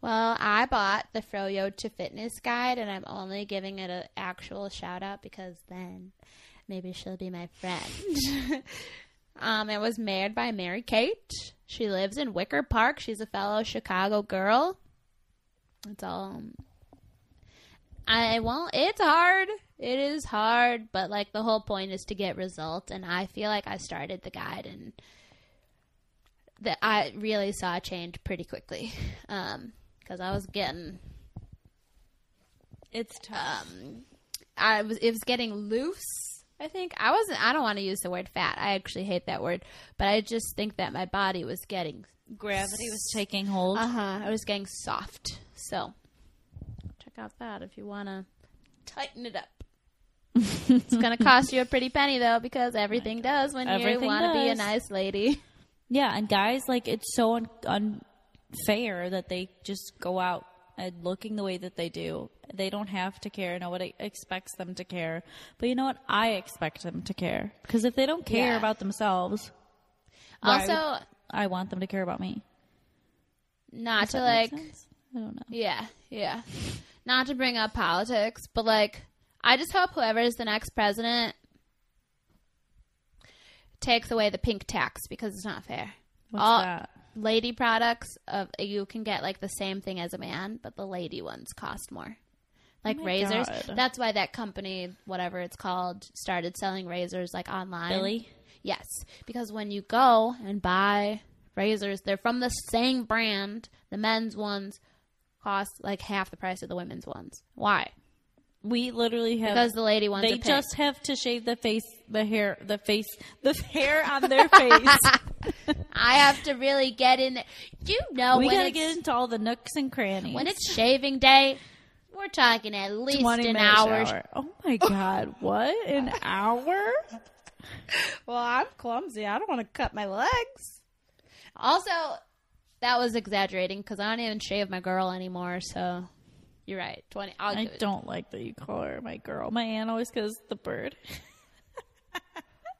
Speaker 1: Well, I bought the Froyo to Fitness guide, and I'm only giving it an actual shout out because then maybe she'll be my friend. um, it was made by Mary Kate. She lives in Wicker Park. She's a fellow Chicago girl. It's all. um, I won't. It's hard. It is hard, but like the whole point is to get results, and I feel like I started the guide and that I really saw a change pretty quickly [LAUGHS] because I was getting
Speaker 2: It's tough.
Speaker 1: um, I was it was getting loose. I think I wasn't. I don't want to use the word fat. I actually hate that word, but I just think that my body was getting
Speaker 2: Gravity was taking hold.
Speaker 1: uh huh. I was getting soft. So check out that if you want to tighten it up.
Speaker 2: [LAUGHS]
Speaker 1: it's gonna cost you a pretty penny though, because everything does when you
Speaker 2: Everything
Speaker 1: want to be a
Speaker 2: does.
Speaker 1: nice lady.
Speaker 2: Yeah, and guys, like it's so un- unfair that they just go out and looking the way that they do. They don't have to care. Nobody expects them to care. But you know what? I expect them to care because if they don't care
Speaker 1: Yeah.
Speaker 2: about themselves, why would
Speaker 1: Also,
Speaker 2: I want them to care about me.
Speaker 1: not to
Speaker 2: Does that make
Speaker 1: like
Speaker 2: sense? I don't know.
Speaker 1: Yeah, yeah. Not to bring up politics, but like, I just hope whoever is the next president takes away the pink tax because it's not fair.
Speaker 2: What's
Speaker 1: All
Speaker 2: that?
Speaker 1: lady products of you can get like the same thing as a man, but the lady ones cost more. Like
Speaker 2: Oh my
Speaker 1: razors.
Speaker 2: God.
Speaker 1: That's why that company, whatever it's called, started selling razors like online.
Speaker 2: Billy?
Speaker 1: Yes, because when you go and buy razors, they're from the same brand. The men's ones cost like half the price of the women's ones. Why?
Speaker 2: We literally have
Speaker 1: Because the lady ones
Speaker 2: they
Speaker 1: are
Speaker 2: just have to shave the face, the hair, the face, the [LAUGHS] hair on
Speaker 1: [LAUGHS]
Speaker 2: their face.
Speaker 1: pink. I have to really get in. there. You know
Speaker 2: we
Speaker 1: when
Speaker 2: gotta
Speaker 1: it's,
Speaker 2: get into all the nooks and crannies.
Speaker 1: when it's shaving day, we're talking at least
Speaker 2: 20
Speaker 1: an
Speaker 2: minute
Speaker 1: hour.
Speaker 2: shower. Oh [LAUGHS] my god, what? An hour?
Speaker 1: Well, I'm clumsy. I don't want to cut my legs. Also, that was exaggerating because I don't even shave my girl anymore. So you're right. Twenty. I'll
Speaker 2: I
Speaker 1: give it-
Speaker 2: don't like that you call her my girl. My aunt always goes the bird.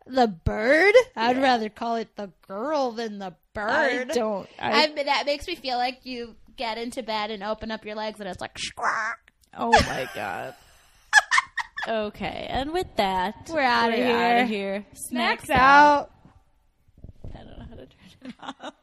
Speaker 1: The bird? I'd rather call it the girl than the
Speaker 2: I
Speaker 1: bird.
Speaker 2: don't. I,
Speaker 1: I mean, that makes me feel like you get into bed and open up your legs and it's like, squawk. [LAUGHS]
Speaker 2: oh my god. okay, and with that,
Speaker 1: We're outta
Speaker 2: We're out
Speaker 1: here.
Speaker 2: of here.
Speaker 1: out.
Speaker 2: I don't know how to turn it off.